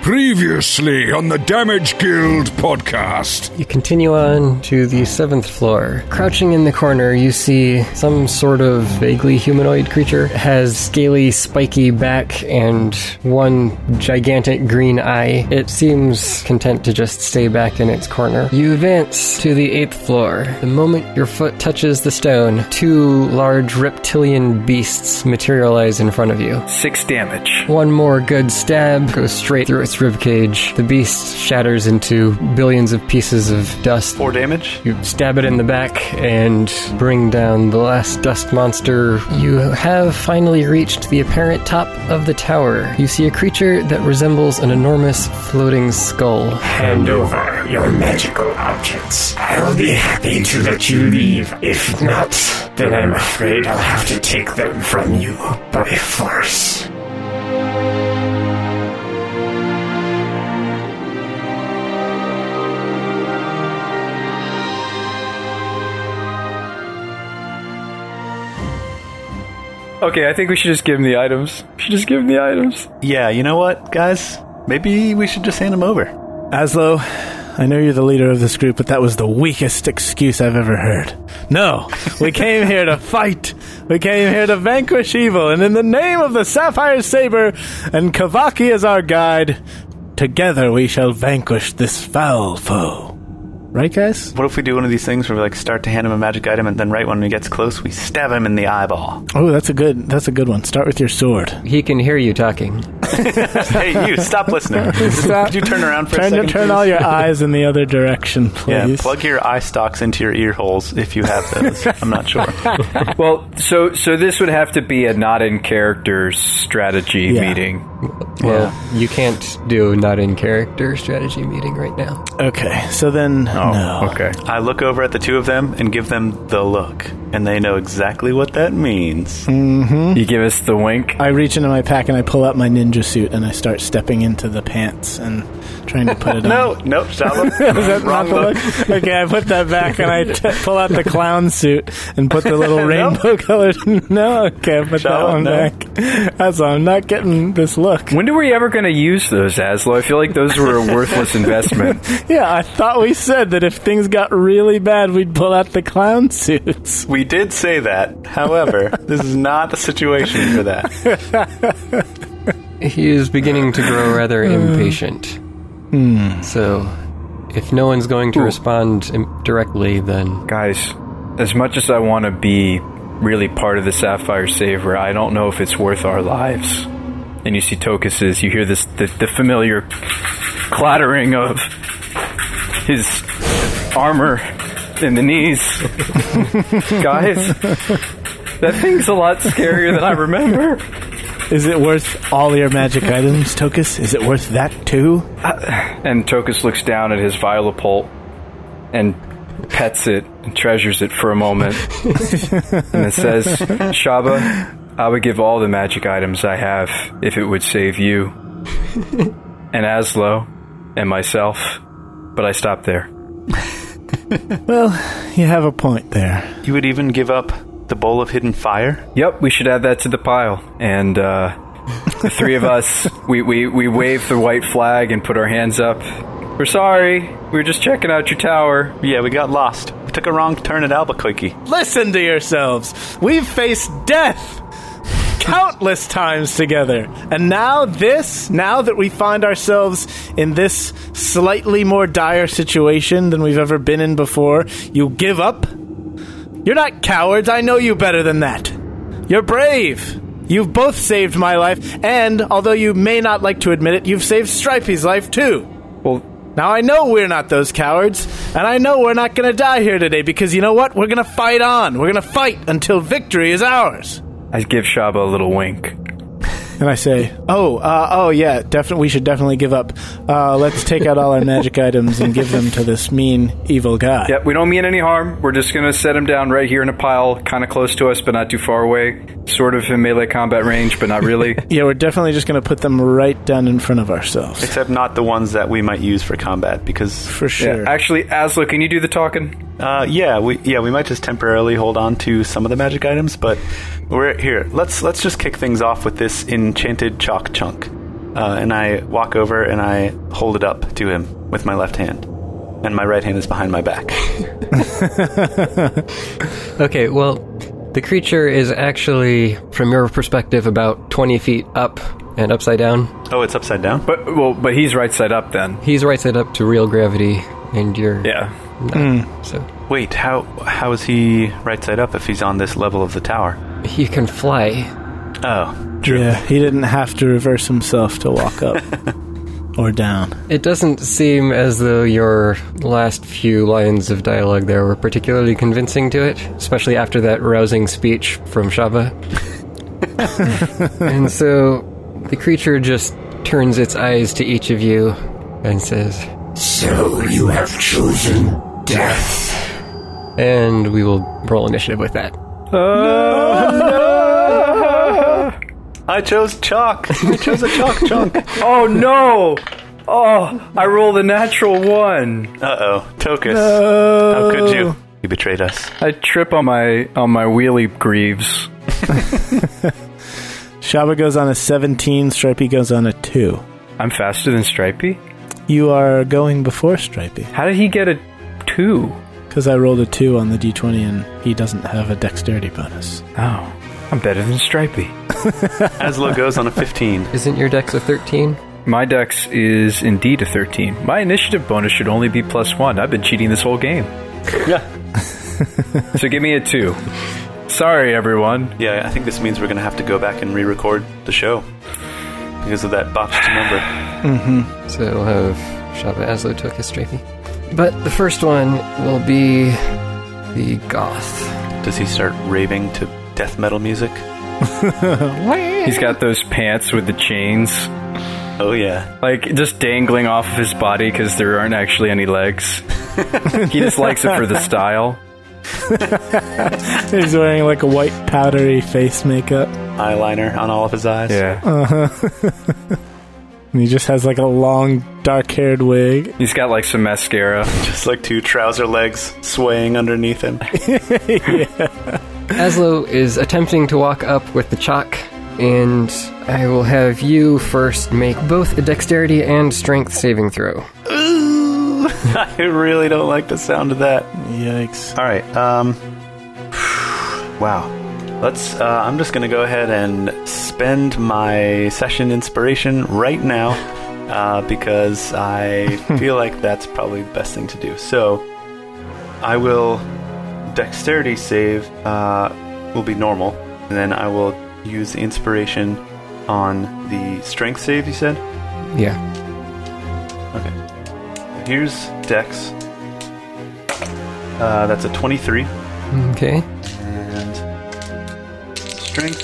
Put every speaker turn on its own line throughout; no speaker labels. Previously on the Damage Guild podcast.
You continue on to the seventh floor. Crouching in the corner, you see some sort of vaguely humanoid creature. It has scaly, spiky back and one gigantic green eye. It seems content to just stay back in its corner. You advance to the eighth floor. The moment your foot touches the stone, two large reptilian beasts materialize in front of you.
Six damage.
One more good stab goes straight through its ribcage. The beast shatters into billions of pieces of dust.
Four damage.
You stab it in the back and bring down the last dust monster. You have finally reached the apparent top of the tower. You see a creature that resembles an enormous floating skull.
Hand over your magical objects. I'll be happy to let you leave. If not, then I'm afraid I'll have to take them from you by force.
Okay, I think we should just give him the items. We should just give him the items.
Yeah, you know what, guys? Maybe we should just hand them over.
Aslo, I know you're the leader of this group, but that was the weakest excuse I've ever heard. No, we came here to fight. We came here to vanquish evil, and in the name of the Sapphire Saber and Kavaki as our guide, together we shall vanquish this foul foe. Right, guys?
What if we do one of these things where we like start to hand him a magic item and then right when he gets close, we stab him in the eyeball?
Oh, that's a good. That's a good one. Start with your sword.
He can hear you talking.
hey, you! Stop listening.
Stop.
Could you turn around for a
Turn,
second?
turn
please?
all your eyes in the other direction, please.
Yeah, plug your eye stalks into your ear holes if you have those. I'm not sure.
Well, so so this would have to be a not in character strategy
Yeah.
meeting.
Well, you can't do not in character strategy meeting right now.
Okay, so then
Oh,
no.
Oh, Okay.
I look over at the two of them and give them the look, and they know exactly what that means.
You give us the wink.
I reach into my pack and I pull out my ninja suit and I start stepping into the pants and trying to put it
No,
on.
nope, stop him.
Is that not the look? Okay, I put that back and I t- pull out the clown suit and put the little rainbow colored. no, okay, I put that
Shall I?
one
No.
back. That's all. I'm not getting this look.
When were we ever going to use those, Aslo? I feel like those were a worthless investment.
Yeah, I thought we said that if things got really bad, we'd pull out the clown suits.
We did say that. However, this is not the situation for that.
He is beginning to grow rather impatient. So, if no one's going to respond im- directly, then
Guys, as much as I want to be really part of the Sapphire Saver, I don't know if it's worth our lives. And you see Tokus's, you hear this the, the familiar clattering of his armor in the knees. Guys, that thing's a lot scarier than I remember.
Is it worth all your magic items, Tokus? Is it worth that too?
And Tokus looks down at his violopult and pets it and treasures it for a moment. and it says, Shaba, I would give all the magic items I have if it would save you and Aslo and myself. But I stopped there.
Well, you have a point there.
You would even give up the bowl of hidden fire?
Yep, we should add that to the pile. And uh, the three of us, we, we, we wave the white flag and put our hands up. We're sorry. We were just checking out your tower.
Yeah, we got lost. We took a wrong turn at Albuquerque.
Listen to yourselves. We've faced death countless times together. And now, this, now that we find ourselves in this slightly more dire situation than we've ever been in before, you give up? You're not cowards. I know you better than that. You're brave. You've both saved my life, and although you may not like to admit it, you've saved Stripey's life too.
Well,
Now I know we're not those cowards, and I know we're not going to die here today because you know what? We're going to fight on. We're going to fight until victory is ours.
I give Shaba a little wink.
And I say, "Oh, uh, oh yeah, definitely. We should definitely give up. Uh, let's take out all our magic items and give them to this mean, evil guy."
Yep, we don't mean any harm. We're just going to set him down right here in a pile, kind of close to us, but not too far away. Sort of in melee combat range, but not really.
Yeah, we're definitely just going to put them right down in front of ourselves
Except not the ones that we might use for combat, because
for sure.
Yeah, Actually, Aslo, can you do the talking?
uh, yeah, we yeah we might just temporarily hold on to some of the magic items, but we're here. Let's let's just kick things off with this enchanted chalk chunk. uh, and I walk over and I hold it up to him with my left hand, and my right hand is behind my back.
Okay, well, the creature is actually, from your perspective, about 20 feet up and upside down.
Oh, it's upside down.
But well, but he's right side up then.
He's right side up to real gravity, and you're.
Yeah.
So
Wait, how how is he right side up if he's on this level of the tower?
he can fly.
Oh,
Yeah, he didn't have to reverse himself to walk up or down.
It doesn't seem as though your last few lines of dialogue there were particularly convincing to it, especially after that rousing speech from Shava. and so the creature just turns its eyes to each of you and says,
So you have chosen death.
and we will roll initiative with that.
I chose chalk. I chose a chalk chunk.
Oh no! Oh, I rolled a natural one.
Uh oh, Tokus. How
Oh,
could you? You betrayed us.
I trip on my on my wheelie greaves.
Shaba goes on a 17, Stripey goes on a 2.
I'm faster than Stripey.
You are going before Stripey,
How did he get a two?
because I rolled a 2 on the d20 and he doesn't have a dexterity bonus.
Oh, I'm better than Stripey.
Aslo goes on a 15.
Isn't your dex a 13?
My dex is indeed a 13. My initiative bonus should only be plus one. I've been cheating this whole game.
Yeah.
So give me a two. Sorry, everyone.
Yeah, I think this means we're going to have to go back and re record the show because of that botched number.
So we'll have Shava Aslo took his strafey. But the first one will be the Goth.
Does he start raving to death metal music?
He's got those pants with the chains,
Oh, yeah.
like just dangling off of his body because there aren't actually any legs. he just likes it for the style.
He's wearing like a white powdery face makeup,
Eyeliner on all of his eyes.
Yeah.
and he just has like a long dark haired wig.
He's got like some mascara.
Just like two trouser legs swaying underneath him.
Aslo is attempting to walk up with the chalk, and I will have you first make both a dexterity and strength saving throw.
Ooh, I really don't like the sound of that.
Yikes.
All right. Um. Wow. Let's. Uh, I'm just gonna go ahead and spend my session inspiration right now, uh, because I feel like that's probably the best thing to do. So, I will dexterity save uh, will be normal, and then I will use inspiration on the strength save. You said.
Yeah.
Okay. Here's Dex. Uh, that's a 23.
Okay.
And strength.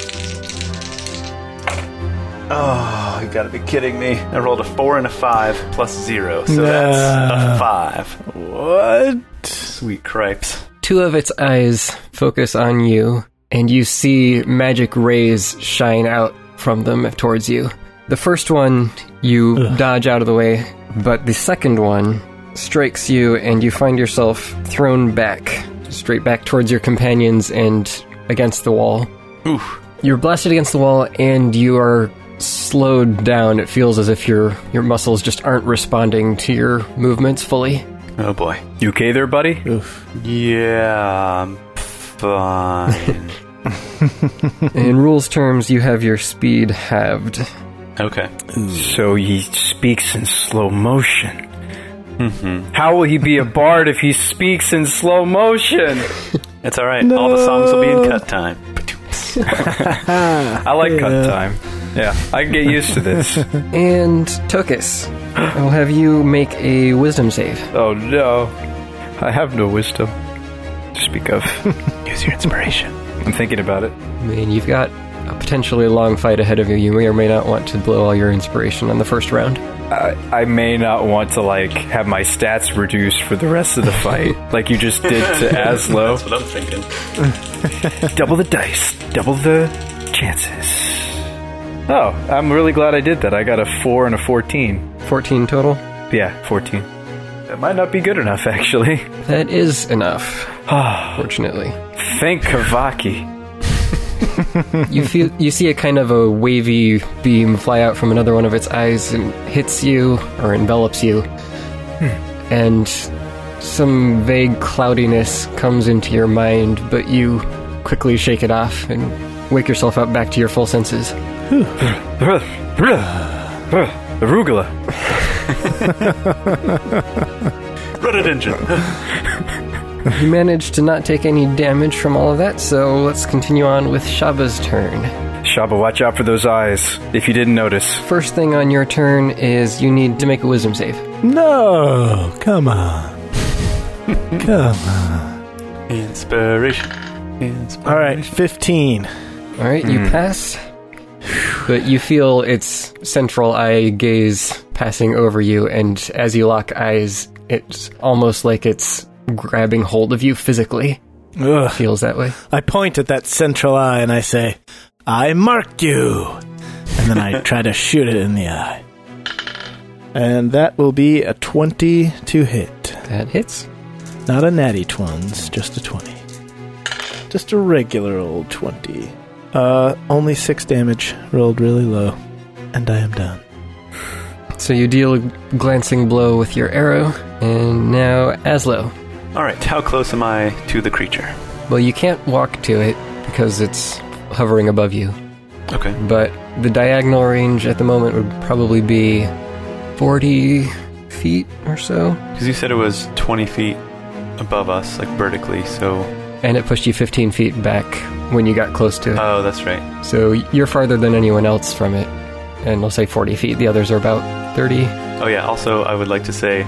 Oh, you gotta be kidding me. I rolled a 4 and a 5 plus 0, so that's a 5.
What?
Sweet cripes.
Two of its eyes focus on you, and you see magic rays shine out from them towards you. The first one you dodge out of the way, but the second one strikes you, and you find yourself thrown back, straight back towards your companions and against the wall.
Oof.
You're blasted against the wall, and you are slowed down. It feels as if your your muscles just aren't responding to your movements fully.
Oh boy.
You okay there, buddy?
Yeah, I'm fine.
In rules terms, you have your speed halved.
okay.
So he speaks in slow motion. How will he be a bard if he speaks in slow motion?
It's alright. All the songs will be in cut time.
I like cut time. Yeah, I can get used to this.
And Tokus, I'll have you make a wisdom save.
Oh no, I have no wisdom to speak of.
Use your inspiration.
I'm thinking about it.
I mean, you've got a potentially long fight ahead of you. You may or may not want to blow all your inspiration on the first round.
I, I may not want to like have my stats reduced for the rest of the fight, like you just did to
That's
Aslo.
what I'm thinking.
double the dice, double the chances. Oh, I'm really glad I did that. I got a four and a fourteen.
14 total.
Yeah, fourteen. That might not be good enough, actually.
That is enough,
Ah,
fortunately.
thank Kavaki.
you feel you see a kind of a wavy beam fly out from another one of its eyes and hits you or envelops you and some vague cloudiness comes into your mind but you quickly shake it off and wake yourself up back to your full senses
Arugula.
Run it, engine.
you managed to not take any damage from all of that so let's continue on with shaba's turn
Shaba, watch out for those eyes. If you didn't notice.
First thing on your turn is you need to make a wisdom save.
No, come on. come on.
Inspiration. Inspiration.
All right, 15.
All right, you pass, but you feel its central eye gaze passing over you, and as you lock eyes, it's almost like it's grabbing hold of you physically.
Ugh.
Feels that way.
I point at that central eye and I say, I marked you. And then I try to shoot it in the eye. And that will be a 20 to hit.
That hits.
Not a natty twins, just a 20. Just a regular old 20. Uh, only 6 damage, rolled really low. And I am done.
So you deal a glancing blow with your arrow, and now Aslo.
All right, how close am I to the creature?
Well, you can't walk to it because it's hovering above you.
Okay.
but the diagonal range at the moment would probably be 40 feet or so.
Because you said it was 20 feet above us, like vertically, so.
And it pushed you 15 feet back when you got close to it.
Oh, that's right.
so you're farther than anyone else from it. And we'll say 40 feet. The others are about 30.
Oh, yeah, also, I would like to say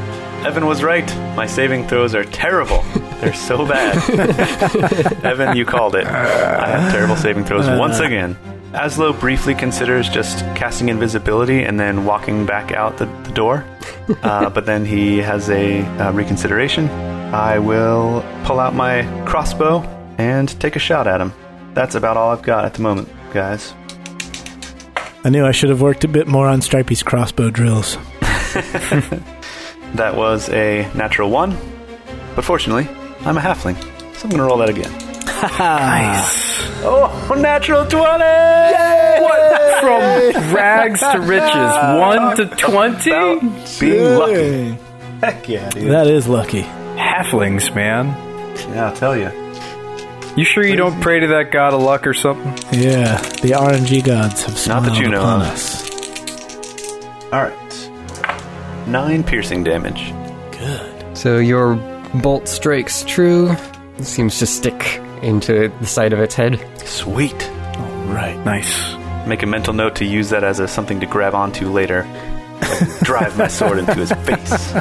Evan was right. My saving throws are terrible. They're so bad. Evan, you called it. I have terrible saving throws once again. Aslo briefly considers just casting invisibility and then walking back out the, the door, uh, but then he has a uh, reconsideration. I will pull out my crossbow and take a shot at him. That's about all I've got at the moment, guys.
I knew I should have worked a bit more on Stripey's crossbow drills.
That was a natural one, but fortunately, I'm a halfling, so I'm gonna roll that again. nice. Oh, natural 20!
From rags to riches, 1 to 20?
Being lucky. Heck yeah, dude.
That is lucky.
Halflings, man.
Yeah, I'll tell you.
You sure you don't pray to that god of luck or something?
Yeah, the RNG gods have
Not
smiled
that you know
upon
of.
us.
Alright. Nine piercing damage.
So your bolt strikes true. It seems to stick into the side of its head.
Sweet.
Right.
Nice.
Make a mental note to use that as a, something to grab onto later. Like, drive my sword into his face.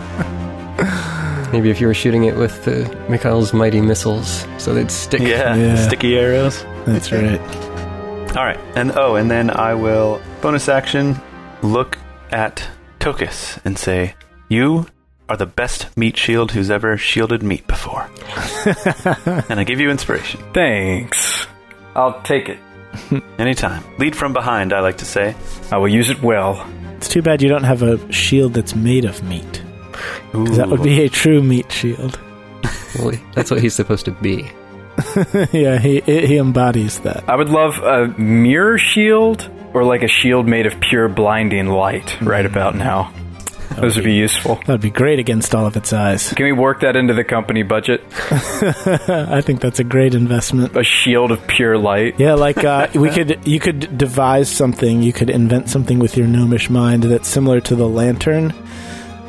Maybe if you were shooting it with the Mikhail's mighty missiles, so they'd stick.
Yeah.
Sticky arrows.
That's right.
All right, and oh, and then I will bonus action look at Tokus and say, "You are the best meat shield who's ever shielded meat before," and I give you inspiration
Thanks. I'll take it.
anytime. Lead from behind, I like to say.
I will use it well.
It's too bad you don't have a shield that's made of meat. 'cause That would
Ooh.
be a true meat shield.
Well, that's what he's supposed to be.
yeah, he he embodies that.
I would love a mirror shield or like a shield made of pure blinding light right about now. Those would be useful.
That'd be great against all of its eyes.
Can we work that into the company budget?
I think that's a great investment.
A shield of pure light?
Yeah, like uh, we could you could devise something, you could invent something with your gnomish mind that's similar to the lantern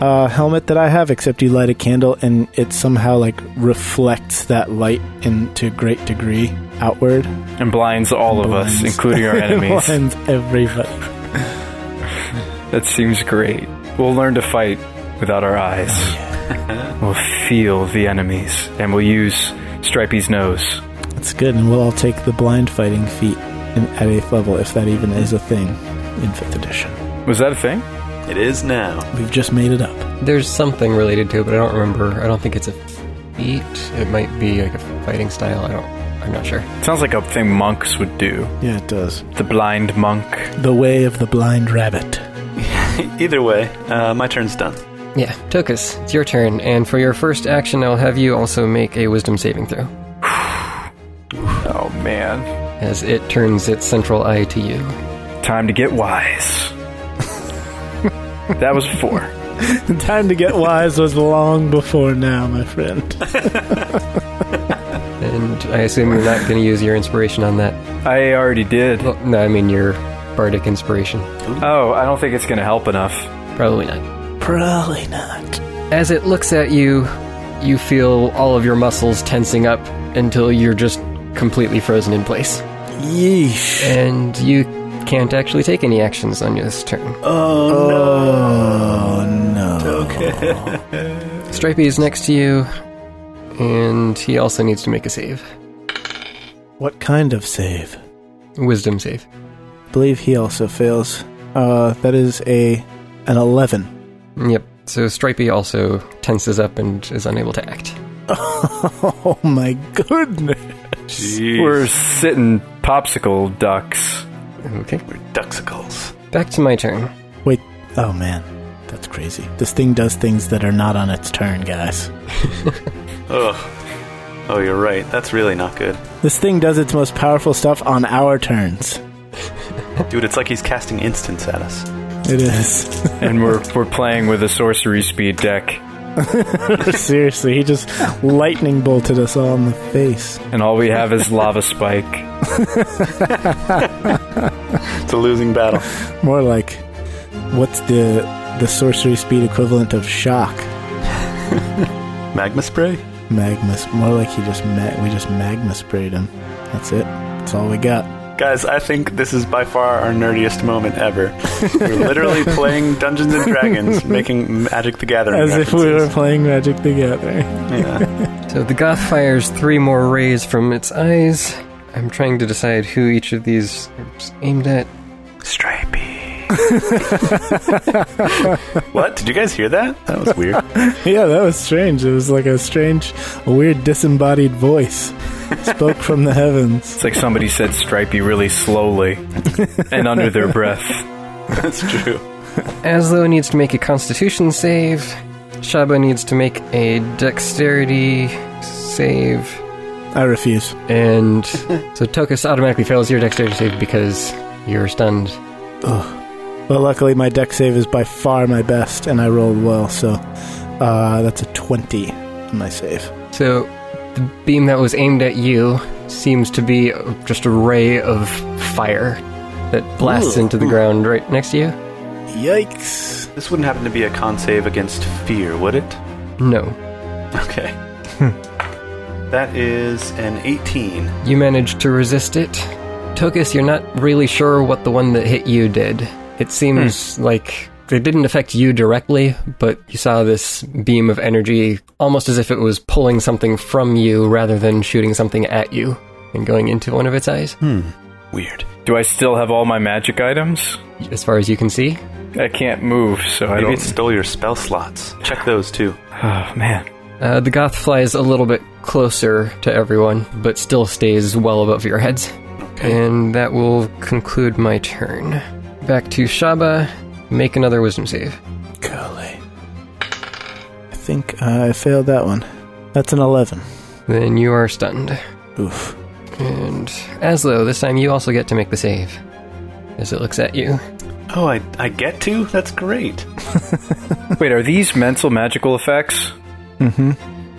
uh, helmet that I have, except you light a candle and it somehow like reflects that light in to a great degree outward.
And blinds all of us,
Blinds.
including our enemies.
Blinds everybody.
That seems great. We'll learn to fight without our eyes. we'll feel the enemies, and we'll use Stripey's nose.
That's good, and we'll all take the blind fighting feat in, at eighth level, if that even is a thing in fifth edition.
Was that a thing?
It is now.
We've just made it up.
There's something related to it, but I don't remember. I don't think it's a feat. It might be like a fighting style. I don't. I'm not sure.
Sounds like a thing monks would do.
Yeah, it does.
The blind monk.
The way of the blind rabbit.
Either way, uh, my turn's done.
Yeah, Tokus, it's your turn, and for your first action, I'll have you also make a Wisdom saving throw.
Oh man.
as it turns its central eye to you.
Time to get wise. that was four.
The time to get wise was long before now, my friend.
And I assume you're not going to use your inspiration on that.
I already did.
Well, no, I mean your bardic inspiration.
Oh, I don't think it's going to help enough.
Probably not.
Probably not.
As it looks at you, you feel all of your muscles tensing up until you're just completely frozen in place.
Yeesh.
And you can't actually take any actions on this turn.
Oh no.
Stripey is next to you, and he also needs to make a save.
What kind of save?
Wisdom save.
Believe he also fails. Uh, that is a an eleven.
Yep. So Stripey also tenses up and is unable to act.
Oh my goodness.
Jeez.
We're sitting popsicle ducks.
Okay.
duxicles.
Back to my turn.
Wait. Oh man, that's crazy. This thing does things that are not on its turn, guys.
Ugh. Oh, you're right. That's really not good.
This thing does its most powerful stuff on our turns.
Dude, it's like he's casting instants at us.
It is.
And we're, we're playing with a sorcery speed deck.
Seriously, he just lightning bolted us all in the face.
And all we have is lava spike.
It's a losing battle.
More like, what's the the sorcery speed equivalent of shock?
Magma spray?
Magmus. More like he just ma- we just magma sprayed him. That's it. That's all we got.
Guys, I think this is by far our nerdiest moment ever. We're literally playing Dungeons and Dragons, making Magic the Gathering.
As if we were
references.
playing Magic the Gathering.
Yeah.
So the goth fires three more rays from its eyes. I'm trying to decide who each of these are aimed at.
Stripey. what? Did you guys hear that? That was weird.
yeah, that was strange. It was like a strange, a weird disembodied voice spoke from the heavens.
It's like somebody said stripey really slowly and under their breath.
That's true.
Aslo needs to make a constitution save. Shaba needs to make a dexterity save.
I refuse.
And so Tokus automatically fails your dexterity save because you're stunned.
But luckily, my deck save is by far my best, and I rolled well, so uh, that's a twenty on my save.
So the beam that was aimed at you seems to be just a ray of fire that blasts into the ground right next to you.
Yikes!
This wouldn't happen to be a con save against fear, would it?
No.
Okay. that is an 18.
You managed to resist it. Tokus, you're not really sure what the one that hit you did. It seems like it didn't affect you directly, but you saw this beam of energy almost as if it was pulling something from you rather than shooting something at you and going into one of its eyes,
Weird.
Do I still have all my magic items?
as far as you can see.
I can't move, so I
Maybe
don't.
it stole your spell slots. Check those too.
Oh man,
Uh, the goth flies a little bit closer to everyone, but still stays well above your heads. And that will conclude my turn. Back to Shaba. Make another wisdom save.
Golly. I think uh, I failed that one. That's an 11.
Then you are stunned.
Oof.
And Aslo, this time you also get to make the save. As it looks at you.
Oh, I, I get to? That's great.
wait, are these mental magical effects? Mm-hmm.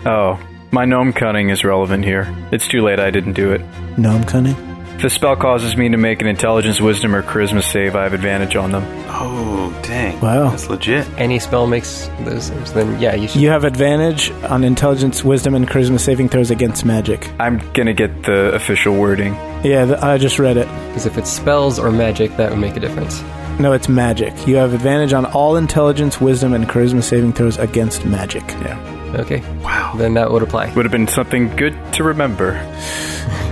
Oh, my gnome cunning is relevant here. It's too late. I didn't do it.
No, I'm cunning.
If the spell causes me to make an intelligence, wisdom, or charisma save, I have advantage on them.
Oh, dang.
Wow.
That's legit.
Any spell makes those saves, then yeah, you should.
You have advantage on intelligence, wisdom, and charisma saving throws against magic.
I'm gonna get the official wording.
Yeah, th- I just read it.
Because if it's spells or magic, that would make a difference.
No, it's magic. You have advantage on all intelligence, wisdom, and charisma saving throws against magic.
Yeah,
Okay.
Wow.
Then that would apply.
would have been something good to remember.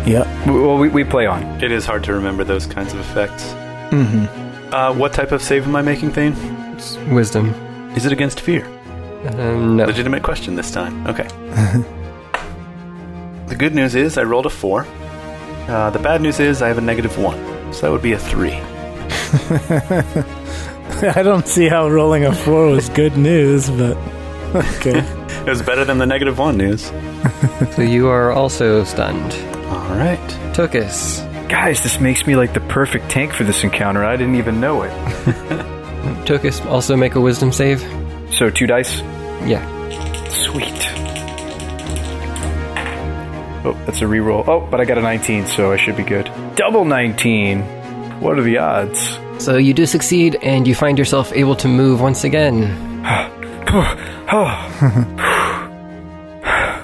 Yep.
W- Well, we, we play on.
It is hard to remember those kinds of effects. Mm-hmm. Uh, what type of save am I making, Thane?
Wisdom.
Is it against fear?
Um, no.
Legitimate question this time. Okay. the good news is I rolled a four. Uh, the bad news is I have a negative one. So that would be a three.
I don't see how rolling a 4 was good news, but. Okay.
It was better than the negative one news.
So you are also stunned.
All right.
Tokus,
Guys, this makes me like the perfect tank for this encounter. I didn't even know it.
Tokus also make a wisdom save.
So, two dice.
Yeah.
Sweet. Oh, that's a reroll. Oh, but I got a 19, so I should be good. Double 19. What are the odds?
So you do succeed, and you find yourself able to move once again.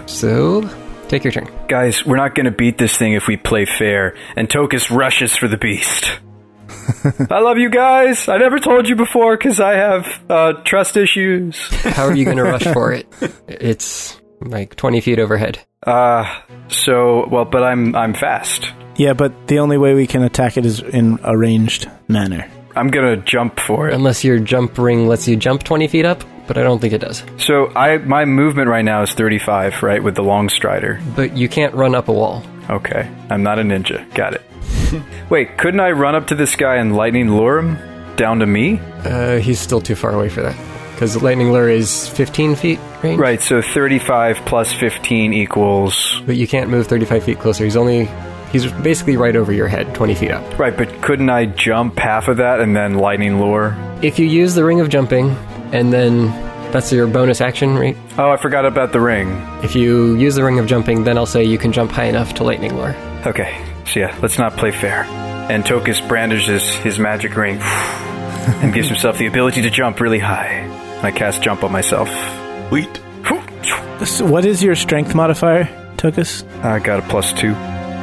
so, take your turn.
Guys, we're not going to beat this thing if we play fair, and Tokus rushes for the beast. I love you guys. I never told you before because I have uh, trust issues.
How are you going to rush for it? It's like 20 feet overhead.
Uh, so well, but I'm I'm fast.
Yeah, but the only way we can attack it is in a ranged manner.
I'm gonna jump for it.
Unless your jump ring lets you jump 20 feet up, but I don't think it does.
So I my movement right now is 35, right, with the long strider.
But you can't run up a wall.
Okay, I'm not a ninja. Got it. Wait, couldn't I run up to this guy and lightning lure him down to me?
Uh, he's still too far away for that. Because lightning lure is 15 feet range.
Right. So 35 plus 15 equals
But you can't move 35 feet closer. He's only. He's basically right over your head, 20 feet up.
right. But couldn't I jump half of that and then lightning lure?
If you use the ring of jumping, and then that's your bonus action, right?
Oh, I forgot about the ring.
If you use the ring of jumping, then I'll say you can jump high enough to lightning lure.
Okay, so yeah, let's not play fair. And Tokus brandishes his magic ring and gives himself the ability to jump really high. And I cast jump on myself.
Sweet.
So what is your strength modifier, Tokus?
I got a plus two.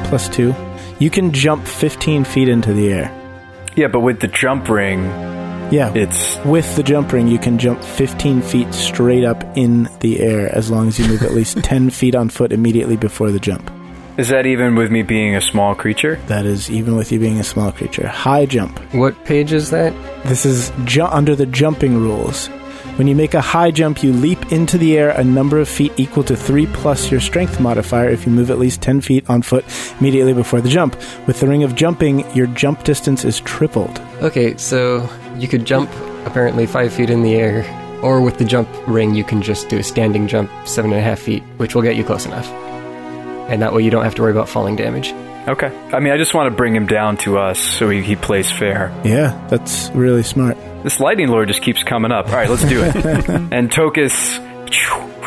Plus two. You can jump 15 feet into the air.
Yeah, but with the jump ring,
Yeah.
it's
With the jump ring, you can jump 15 feet straight up in the air as long as you move at least 10 feet on foot immediately before the jump.
is that even with me being a small creature?
That is even with you being a small creature. High jump.
What page is that?
This is ju- under the jumping rules. When you make a high jump, you leap into the air a number of feet equal to 3 plus your strength modifier if you move at least 10 feet on foot immediately before the jump. With the ring of jumping, your jump distance is tripled.
Okay, so you could jump apparently five feet in the air, or with the jump ring, you can just do a standing jump seven and a half feet, which will get you close enough. And that way you don't have to worry about falling damage.
Okay. I mean, I just want to bring him down to us so he, he plays fair.
Yeah, that's really smart.
This lightning lord just keeps coming up. All right, let's do it. and Tokus,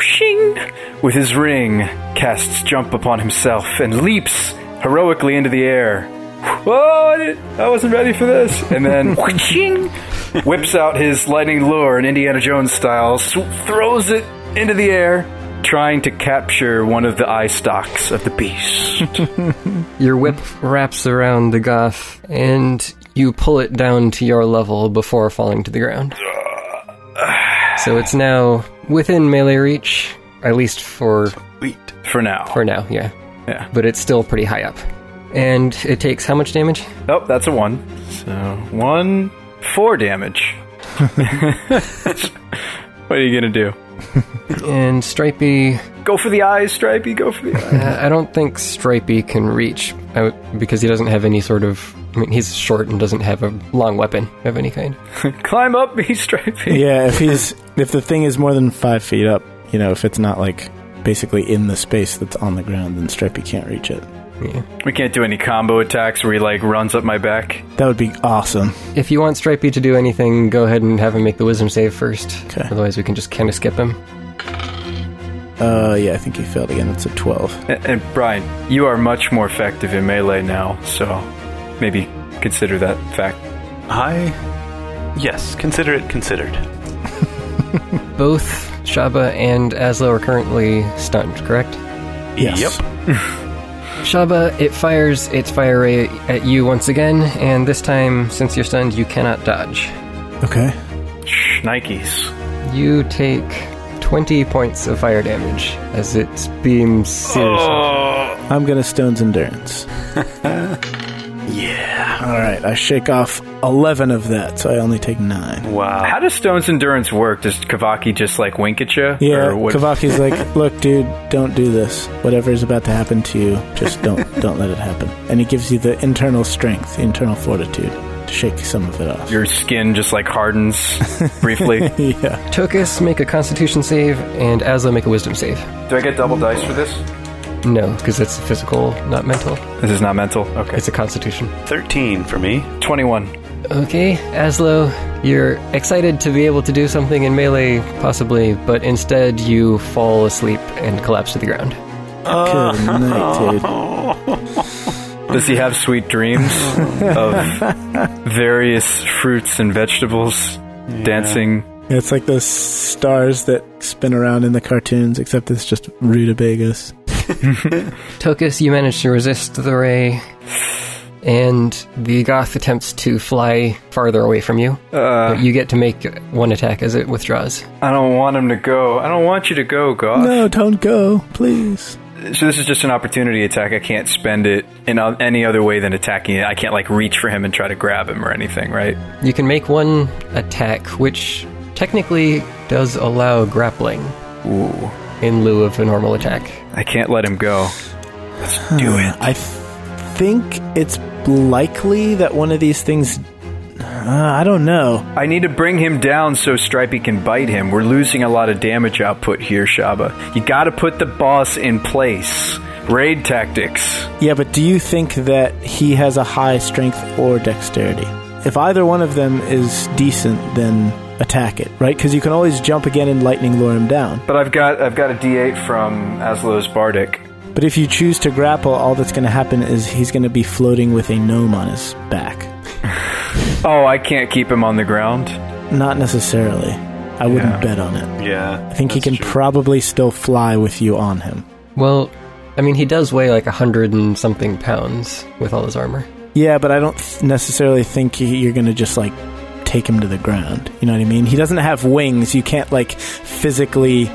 shing, with his ring, casts jump upon himself and leaps heroically into the air. Whoa, I, didn't- I wasn't ready for this. And then shing, whips out his lightning lure in Indiana Jones style, sw- throws it into the air, trying to capture one of the eye stalks of the beast.
Your whip wraps around the goth, and you pull it down to your level before falling to the ground. So it's now within melee reach, at least for
Sweet.
for now.
for now, yeah.
Yeah.
But it's still pretty high up. And it takes how much damage?
Oh, that's a one. So one, four damage. what are you gonna do?
And Stripey
Go for the eyes, Stripey. Go for the eyes.
Uh, I don't think Stripey can reach uh, because he doesn't have any sort of. I mean, he's short and doesn't have a long weapon of any kind.
Climb up me, Stripey.
Yeah, if he's if the thing is more than five feet up, you know, if it's not like basically in the space that's on the ground, then Stripey can't reach it.
We can't do any combo attacks where he like runs up my back.
That would be awesome.
If you want Stripey to do anything, go ahead and have him make the wisdom save first.
'Kay.
Otherwise, we can just kind of skip him.
Uh, yeah, I think he failed again. It's a twelve.
A- And, Brian, you are much more effective in melee now, so maybe consider that fact.
I. Yes, consider it considered.
Both Shaba and Aslo are currently stunned, correct?
Yes.
Yep.
Shaba, it fires its fire ray at you once again, and this time, since you're stunned, you cannot dodge.
Okay.
Nikes.
You take 20 points of fire damage as its beam sears.
I'm gonna stone's endurance.
Yeah.
All right, I shake off eleven of that, so I only take nine.
Wow.
How does Stone's endurance work? Does Kavaki just like wink at you?
Yeah,
Or what-
Kavaki's like, look, dude, don't do this. Whatever is about to happen to you, just don't, don't let it happen. And he gives you the internal strength, the internal fortitude, to shake some of it off.
your skin just like hardens briefly.
yeah.
Tokus, make a constitution save, and Aslo, make a wisdom save.
Do I get double dice for this?
No, because it's physical, not mental.
This is not mental. Okay.
It's a constitution.
13 for me.
21.
Okay, Aslo, you're excited to be able to do something in melee, possibly, but instead you fall asleep and collapse to the ground.
Does he have sweet dreams of various fruits and vegetables dancing?
It's like those stars that spin around in the cartoons, except it's just rutabagas.
Tokus, you manage to resist the ray, and the goth attempts to fly farther away from you.
Uh,
But you get to make one attack as it withdraws.
I don't want him to go. I don't want you to go, Goth.
No, don't go, please.
So this is just an opportunity attack. I can't spend it in o- any other way than attacking it. I can't like reach for him and try to grab him or anything, right?
You can make one attack, which technically does allow grappling
Ooh,
in lieu of a normal attack.
I can't let him go. Let's do it.
I think it's likely that one of these things. uh, I don't know.
I need to bring him down so Stripey can bite him. We're losing a lot of damage output here, Shaba. You got to put the boss in place. Raid tactics.
Yeah, but do you think that he has a high strength or dexterity? If either one of them is decent, then attack it, right? Because you can always jump again and lightning lure him down.
But I've got I've got a D8 from Aslo's Bardic.
But if you choose to grapple, all that's going to happen is he's going to be floating with a gnome on his back.
Oh, I can't keep him on the ground.
Not necessarily. I wouldn't bet on it.
Yeah.
I think he can probably still fly with you on him.
Well, I mean, he does weigh like a hundred and something pounds with all his armor.
Yeah, but I don't th- necessarily think he- you're going to just like take him to the ground. You know what I mean? He doesn't have wings. You can't like physically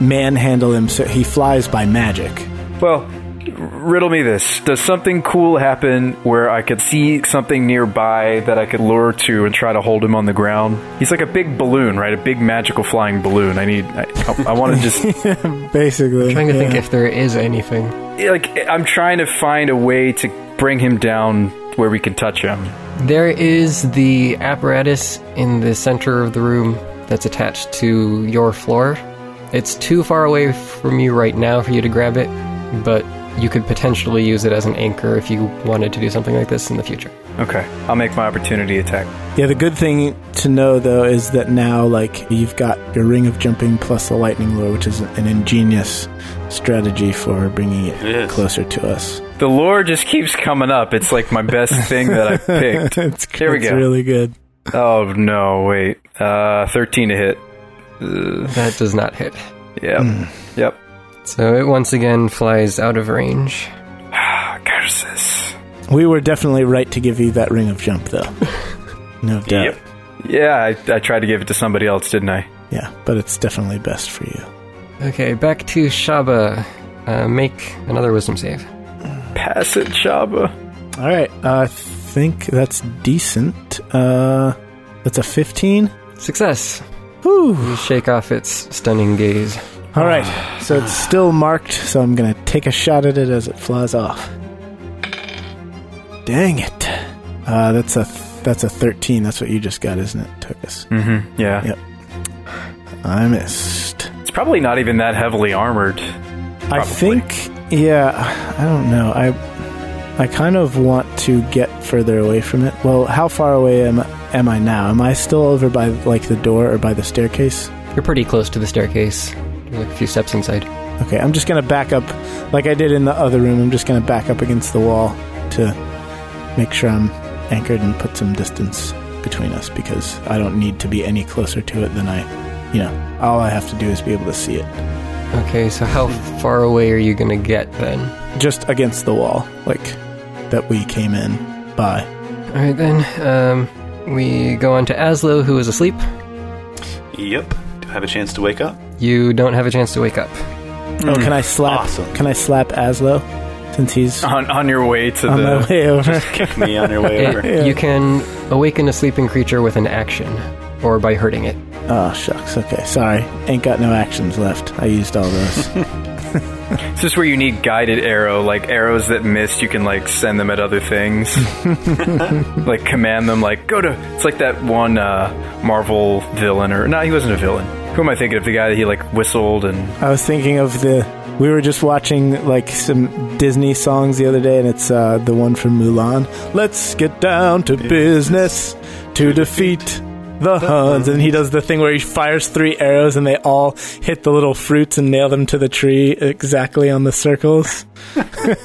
manhandle him so he flies by magic.
Well, riddle me this. Does something cool happen where I could see something nearby that I could lure to and try to hold him on the ground? He's like a big balloon, right? A big magical flying balloon. I need I, I want to just
Basically.
trying to think if there is anything.
like I'm trying to find a way to bring him down where we can touch him.
There is the apparatus in the center of the room that's attached to your floor. It's too far away from you right now for you to grab it, but you could potentially use it as an anchor if you wanted to do something like this in the future.
Okay. I'll make my opportunity attack.
Yeah, the good thing to know though is that now, like, you've got your ring of jumping plus the lightning lure, which is an ingenious strategy for bringing it,
It is.
closer to us.
The lore just keeps coming up. It's like my best thing that I picked.
it's
Here we
it's
go.
really good.
Oh no, wait. Uh 13 to hit.
That does not hit.
Yep.
Hmm.
Yep.
So it once again flies out of range.
Ah, Curses.
We were definitely right to give you that ring of jump, though. No doubt.
Yep. Yeah, I, I tried to give it to somebody else, didn't I?
Yeah, but it's definitely best for you.
Okay, back to Shaba. Uh, make another wisdom save.
Pass it, Shaba.
All right, I think that's decent. Uh, that's a fifteen.
Success!
Whew.
You shake off its stunning gaze.
All right, so it's still marked, so I'm gonna take a shot at it as it flies off. Dang it! Uh, that's a that's a thirteen. That's what you just got, isn't it, Tokus?
Mm-hmm. Yeah.
Yep. I missed.
It's probably not even that heavily armored.
I think, yeah, I don't know. I I kind of want to get further away from it. Well, how far away am am I now? Am I still over by like the door or by the staircase?
You're pretty close to the staircase. You're like a few steps inside.
Okay, I'm just gonna back up, like I did in the other room. I'm just gonna back up against the wall to make sure I'm anchored and put some distance between us because I don't need to be any closer to it than I, you know, all I have to do is be able to see it.
Okay, so how far away are you gonna get then?
Just against the wall, like that we came in by.
Alright then, um, we go on to Aslo, who is asleep.
Yep. Do I have a chance to wake up?
You don't have a chance to wake up.
Oh, can I slap?
Awesome.
Can I slap Aslo since he's
On, on your way to
on my
the.
way over?
Kick me on your way
It-
over.
Yeah.
You can awaken a sleeping creature with an action, or by hurting it.
Oh shucks. Okay, sorry. Ain't got no actions left. I used all those.
This is where you need guided arrow, like arrows that miss. You can like send them at other things, like command them, like go to. It's like that one uh, Marvel villain, or no, he wasn't a villain. Who am I thinking of? The guy that he like whistled and
I was thinking of the We were just watching like some Disney songs the other day, and it's uh, the one from Mulan. Let's get down to business to defeat the Huns. And he does the thing where he fires three arrows, and they all hit the little fruits and nail them to the tree exactly on the circles.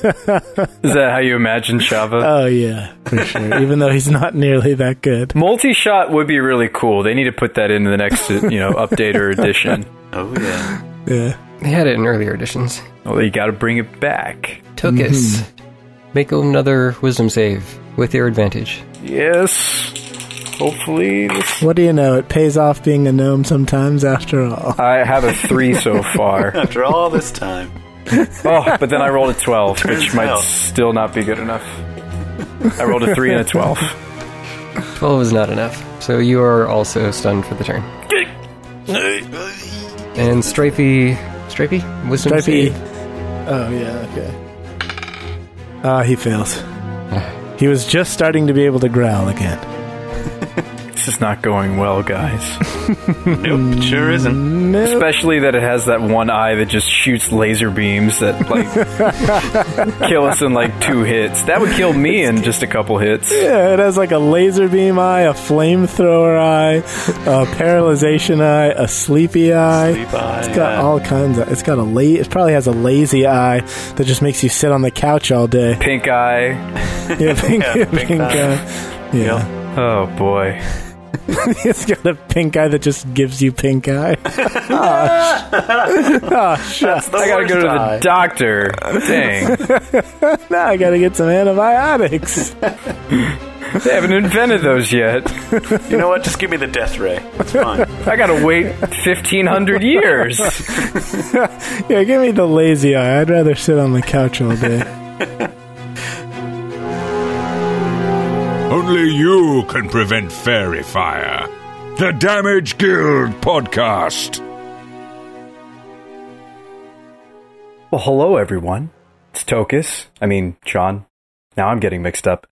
Is that how you imagine Shava?
Oh yeah, for sure. Even though he's not nearly that good.
Multi shot would be really cool. They need to put that into the next, you know, update or edition.
Oh yeah.
Yeah.
They had it in earlier editions.
Well, you got to bring it back.
Tokus, make another wisdom save with your advantage.
Yes. Hopefully, this-
What do you know? It pays off being a gnome sometimes, after all.
I have a three so far.
After all this time.
Oh, but then I rolled a 12, which
Turns
might
out.
still not be good enough. I rolled a 3 and a 12.
12 is not enough, so you are also stunned for the turn. And Stripey. Stripey? Wisdom
Stripey.
save?
Oh yeah, okay. Ah, he fails. He was just starting to be able to growl again.
This is not going well, guys.
Nope, it sure isn't.
Especially that it has that one eye that just shoots laser beams that, like, kill us in, like, two hits. That would kill me in just a couple hits.
Yeah, it has like a laser beam eye, a flamethrower eye, a paralyzation eye, a sleepy eye.
Sleep eye,
it's got
yeah.
all kinds of. It's got a la- It probably has a lazy eye that just makes you sit on the couch all day.
Pink eye.
Yeah, pink,
Yeah, pink
pink
eye.
eye. Yeah,
Oh, boy.
it's got a pink eye that just gives you pink eye.
I gotta go to the doctor. Dang.
now I gotta get some antibiotics.
They haven't invented those yet.
You know what? Just give me the death ray. It's fine.
I gotta wait 1,500 years.
Yeah, give me the lazy eye. I'd rather sit on the couch all day.
Only you can prevent fairy fire. The Damage Guild podcast.
Well, hello, everyone. It's Tokus. I mean, Sean. Now I'm getting mixed up.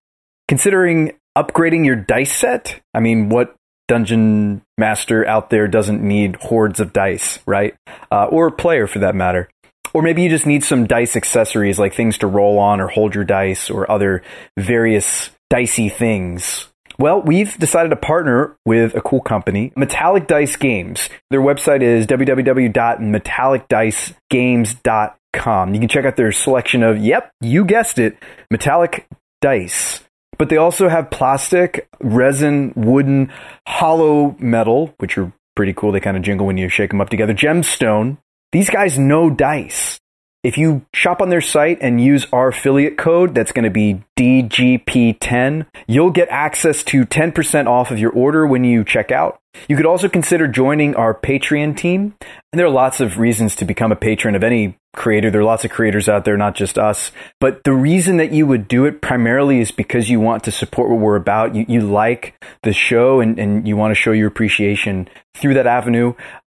Considering upgrading your dice set? I mean, what dungeon master out there doesn't need hordes of dice, right? Uh, or player for that matter. Or maybe you just need some dice accessories, like things to roll on or hold your dice or other various dicey things. Well, we've decided to partner with a cool company, Metallic Dice Games. Their website is www.metallicdicegames.com. You can check out their selection of, yep, you guessed it, metallic dice. But they also have plastic, resin, wooden, hollow metal, which are pretty cool. They kind of jingle when you shake them up together. Gemstone. These guys know dice. If you shop on their site and use our affiliate code, that's going to be DGP10, you'll get access to 10% off of your order when you check out. You could also consider joining our Patreon team. And there are lots of reasons to become a patron of any creator. There are lots of creators out there, not just us. But the reason that you would do it primarily is because you want to support what we're about. You, you like the show and, and you want to show your appreciation through that avenue.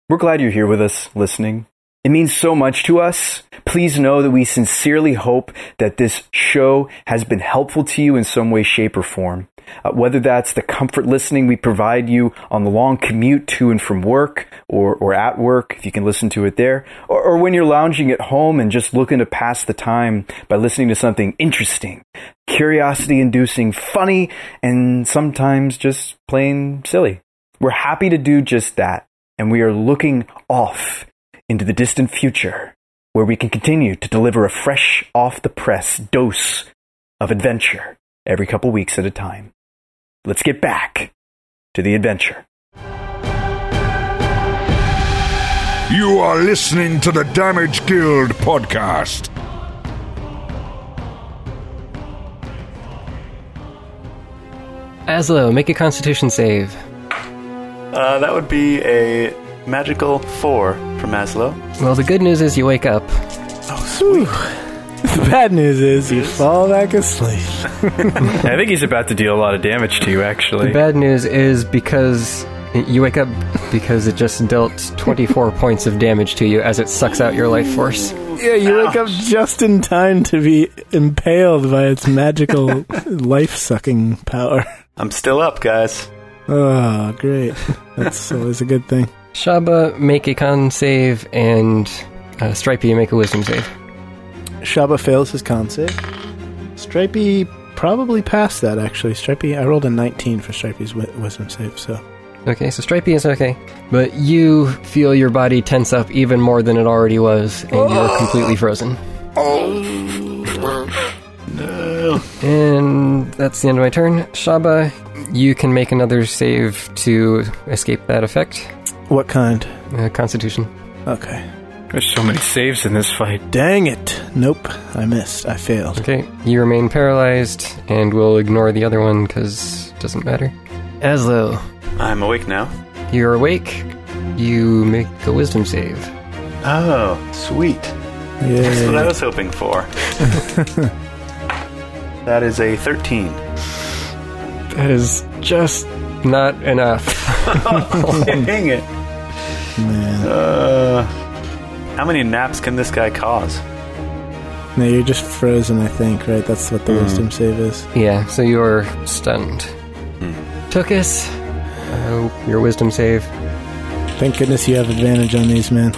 We're glad you're here with us listening. It means so much to us. Please know that we sincerely hope that this show has been helpful to you in some way, shape, or form. Uh, whether that's the comfort listening we provide you on the long commute to and from work or, or at work, if you can listen to it there, or, or when you're lounging at home and just looking to pass the time by listening to something interesting, curiosity inducing, funny, and sometimes just plain silly. We're happy to do just that, and we are looking off into the distant future, where we can continue to deliver a fresh, off the press dose of adventure every couple weeks at a time. Let's get back to the adventure.
You are listening to the Damage Guild podcast.
Aslo, make a constitution save.
Uh, that would be a magical four from Maslow.
Well, the good news is you wake up.
Whew. The bad news is you fall back asleep.
I think he's about to deal a lot of damage to you,
The
actually.
bad news is because you wake up because it just dealt 24 points of damage to you as it sucks out your life force.
Yeah, you wake up just in time to be impaled by its magical life sucking power.
I'm still up, guys.
Oh, great. That's always a good thing.
Shaba, make a con save, and Uh, Stripey, make a wisdom save.
Shaba fails his con save. Stripey probably passed that, actually. Stripey, I rolled a 19 for Stripey's wi- wisdom save, so.
Okay, so Stripey is okay, but you feel your body tense up even more than it already was, and you're completely frozen.
Oh.
And that's the end of my turn. Shaba, you can make another save to escape that effect.
What kind?
Uh, Constitution.
Okay.
There's so many saves in this fight.
Dang it! Nope, I missed. I failed.
Okay, you remain paralyzed, and we'll ignore the other one because it doesn't matter. Aslo,
I'm awake now.
you're awake. You make a wisdom save.
Oh, sweet. That's what I
Yeah.
was hoping for. that is a 13.
That is just not enough.
Dang it. Uh, how many naps can this guy cause?
No, you're just frozen, I think, right? That's what the wisdom save is.
yeah, so you're stunned. Tukas, uh, your wisdom save.
Thank goodness you have advantage on these, man.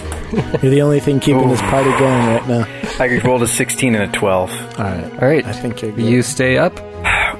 You're the only thing keeping this party going right now.
I rolled a 16 and a 12.
Alright.
All right,
I think you're good.
you stay up.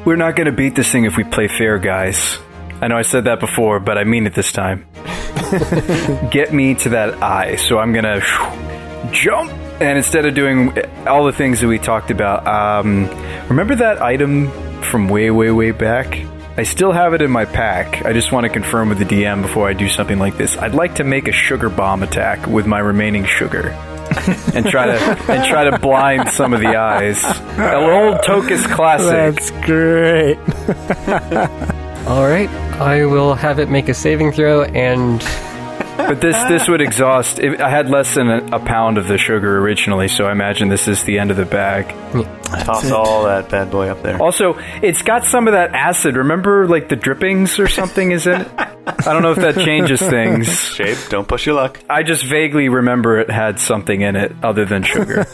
We're not going to beat this thing if we play fair, guys. I know I said that before, but I mean it this time. Get me to that eye. So I'm going to jump. And instead of doing all the things that we talked about, um, remember that item from way, way, way back? I still have it in my pack. I just want to confirm with the DM before I do something like this. I'd like to make a sugar bomb attack with my remaining sugar. and try to and try to blind some of the eyes. An old Tokus classic.
That's great.
All right, I will have it make a saving throw, and
But this this would exhaust. If, I had less than a, a pound of the sugar originally, so I imagine this is the end of the bag.
Toss all that bad boy up there.
Also, it's got some of that acid. Remember, like the drippings or something is in it. I don't know if that changes things.
Shape, don't push your luck.
I just vaguely remember it had something in it other than sugar.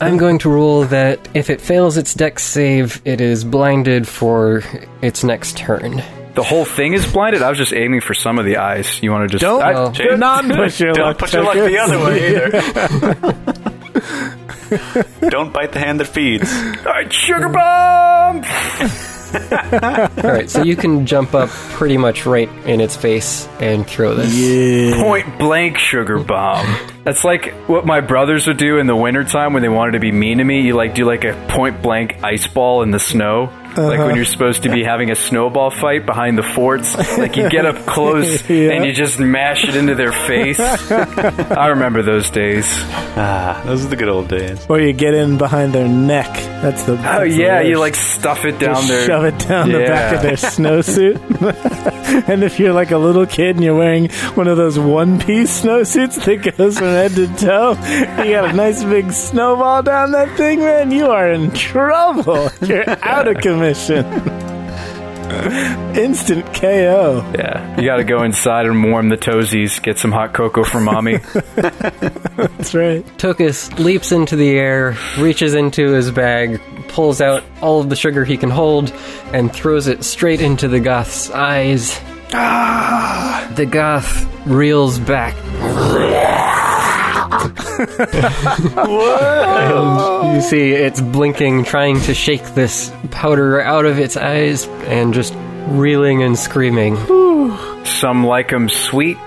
I'm going to rule that if it fails its dex save, it is blinded for its next turn.
the whole thing is blinded. I was just aiming for some of the eyes. You want to just
Don't
I-
Well,
Jake,
not push your
Don't
luck.
push your luck
Tucker.
the other way either. don't bite the hand that feeds.
all right, sugar bomb.
All right, so you can jump up pretty much right in its face and throw this.
Mm-hmm.
Point blank sugar bomb. That's like what my brothers would do in the wintertime when they wanted to be mean to me. You like do like a point blank ice ball in the snow. Like
Uh-huh.
when you're supposed to be having a snowball fight behind the forts. Like you get up close
Yeah.
and you just mash it into their face. I remember those days.
Ah, those are the good old days.
Or you get in behind their neck. That's the.
Oh yeah, you like stuff it down there.
shove it down the back
Yeah.
of their snowsuit. and if you're like a little kid and you're wearing one of those one piece snowsuits that goes from head to toe, you got a nice big snowball down that thing, man. You are in trouble. You're out of commission. Instant KO.
Yeah, you got to go inside and warm the toesies. Get some hot cocoa for mommy.
That's right.
Tokus leaps into the air, reaches into his bag, pulls out all of the sugar he can hold, and throws it straight into the goth's eyes. the goth reels back. and you see it's blinking, trying to shake this powder out of its eyes, and just reeling and screaming.
Some like 'em sweet,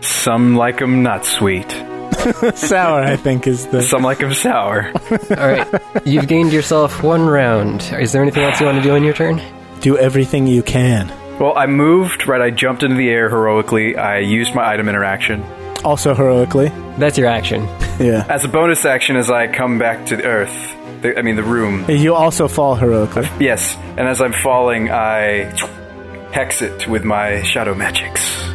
some like 'em not sweet.
Sour, I think, is the.
Some like them sour.
All right, you've gained yourself one round. Is there anything else you want to do on your turn?
Do everything you can.
Well, I moved, right? I jumped into the air heroically. I used my item interaction.
Also heroically.
That's your action.
Yeah.
As a bonus action, as I come back to the earth, the, I mean, the room.
You also fall heroically.
Yes, and as I'm falling, I hex it with my shadow magics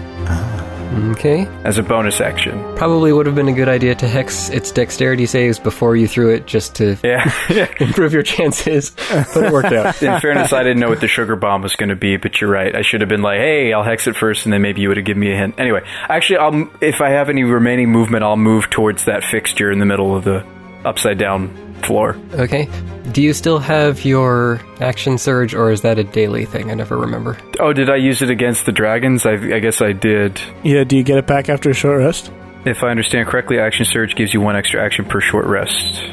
Okay.
as a bonus action.
Probably would have been a good idea to hex its dexterity saves before you threw it just to
Yeah.
improve your chances, but it worked out.
In fairness, I didn't know what the sugar bomb was going to be, but you're right. I should have been like, "Hey, I'll hex it first, and then maybe you would have given me a hint." Anyway, actually, I'll if I have any remaining movement, I'll move towards that fixture in the middle of the upside down floor.
Okay. Do you still have your action surge, or is that a daily thing? I never remember.
Oh, did I use it against the dragons? I, I guess I did.
Yeah, do you get it back after a short rest?
If I understand correctly, Action Surge gives you one extra action per short rest.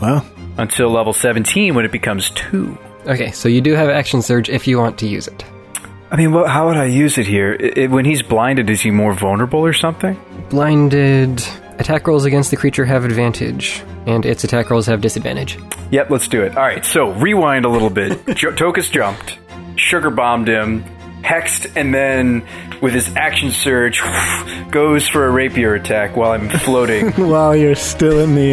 Well,
Until level 17 when it becomes 2.
Okay, so you do have action surge if you want to use it.
I mean, well, how would I use it here? I I- when he's blinded, is he more vulnerable or something?
Blinded. Attack rolls against the creature have advantage, and its attack rolls have disadvantage.
Yep, let's do it. All right, so rewind a little bit. jo- Tokus jumped, sugar bombed him, hexed, and then with his action surge, goes for a rapier attack while I'm floating.
while you're still in the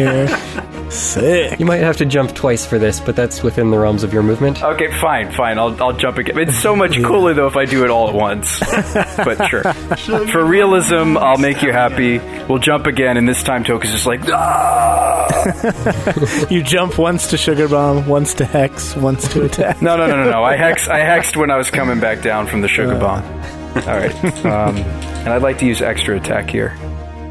air, sick.
You might have to jump twice for this, but that's within the realms of your movement.
okay, fine, fine. I'll, I'll jump again. It's so much cooler though if I do it all at once. but sure. For realism, I'll make you happy. We'll jump again, and this time Tokus is like, "Ah!"
You jump once to sugar bomb, once to hex, once to attack.
No, no, no, no, no. I hexed, I hexed when I was coming back down from the sugar bomb. All right. Um, and I'd like to use extra attack here.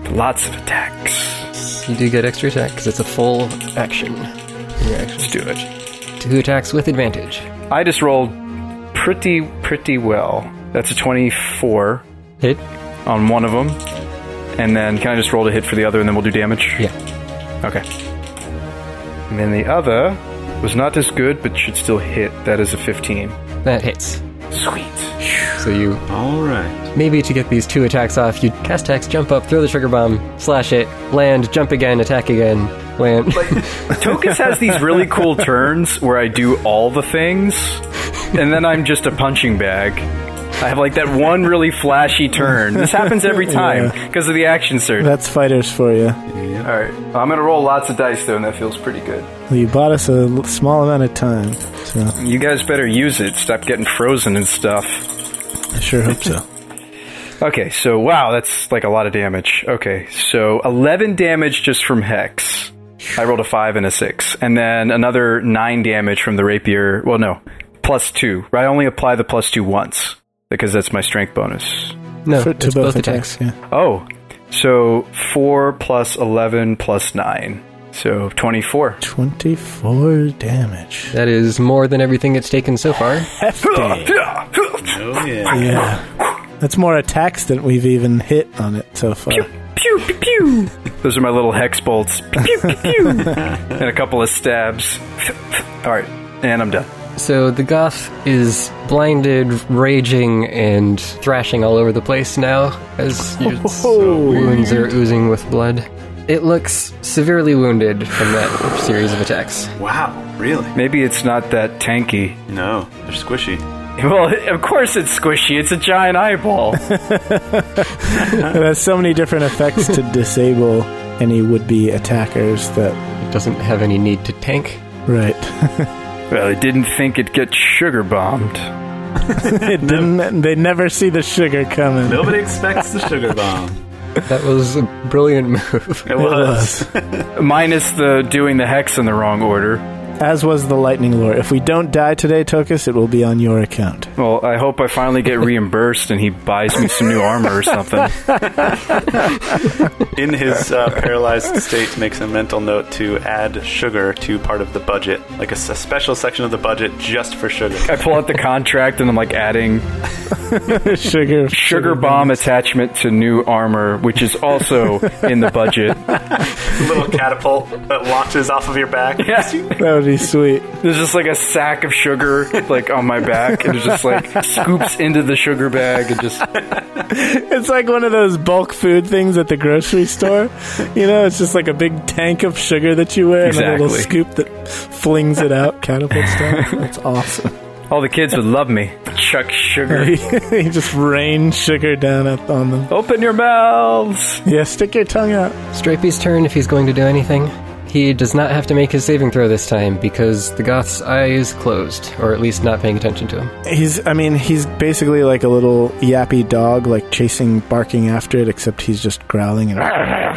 Lots of attacks.
You do get extra attack because it's a full action. Your action.
Let's do it.
Two attacks with advantage.
I just rolled pretty, pretty well. That's a 24
Hit.
on one of them. And then can I just roll to hit for the other and then we'll do damage?
Yeah.
Okay. And then the other was not as good but should still hit. That is a 15.
That hits.
Sweet.
So you
All right.
maybe to get these two attacks off, you cast hex, jump up, throw the trigger bomb, slash it, land, jump again, attack again, land.
Tokus has these really cool turns where I do all the things, and then I'm just a punching bag. I have like that one really flashy turn. This happens every time because of the action surge.
That's fighters for you.
all right, I'm gonna roll lots of dice though, and that feels pretty good.
You bought us a l- small amount of time, so
You guys better use it. Stop getting frozen and stuff.
I sure hope so.
Okay, so wow, that's like a lot of damage. Okay, so 11 damage just from Hex. I rolled a 5 and a 6. And then another 9 damage from the rapier. Well, no, plus 2. I only apply the plus 2 once because that's my strength bonus.
No,
For-
it's both, attacks.
yeah.
Oh, so 4 plus 11 plus 9. So 24.
24 damage.
That is more than everything it's taken so far.
Hefty.
Oh yeah.
Yeah. That's more attacks than we've even hit on it so far.
Pew, pew, pew. Those are my little hex bolts. Pew, pew, pew, pew. and a couple of stabs. All right, and I'm done.
So the Goth is blinded, raging, and thrashing all over the place now as its wounds are oozing with blood. It looks severely wounded from that series of attacks.
Wow. Really?
Maybe it's not that tanky.
No, they're squishy.
Well, of course it's squishy. It's a giant eyeball.
It has so many different effects to disable any would be attackers that.
It doesn't have any need to tank.
Right.
well, I didn't think it'd get sugar bombed.
it didn't, they never see the sugar coming.
Nobody expects the sugar bomb.
That was a brilliant move.
It was.
Minus the doing the hex in the wrong order.
As was the lightning lore. If we don't die today, Tokus, it will be on your account.
Well, I hope I finally get reimbursed and he buys me some new armor or something.
In his uh, paralyzed state, makes a mental note to add sugar to part of the budget, like a, s- a special section of the budget just for sugar.
I pull out the contract and I'm like adding
sugar.
sugar bomb attachment to new armor, which is also in the budget.
A little catapult that launches off of your back.
That would be sweet.
There's just like a sack of sugar like on my back and it just like scoops into the sugar bag and just
It's like one of those bulk food things at the grocery store. you know, it's just like a big tank of sugar that you wear and a little
Exactly.
scoop that flings it out, catapult style. That's awesome.
all the kids would love me. Chuck sugar.
you just rain sugar down at, on them.
Open your mouths!
Yeah, stick your tongue out.
Stripey's turn if he's going to do anything. He does not have to make his saving throw this time because the Goth's eye is closed, or at least not paying attention to him.
He's, I mean, he's basically like a little yappy dog, like chasing, barking after it, except he's just growling and,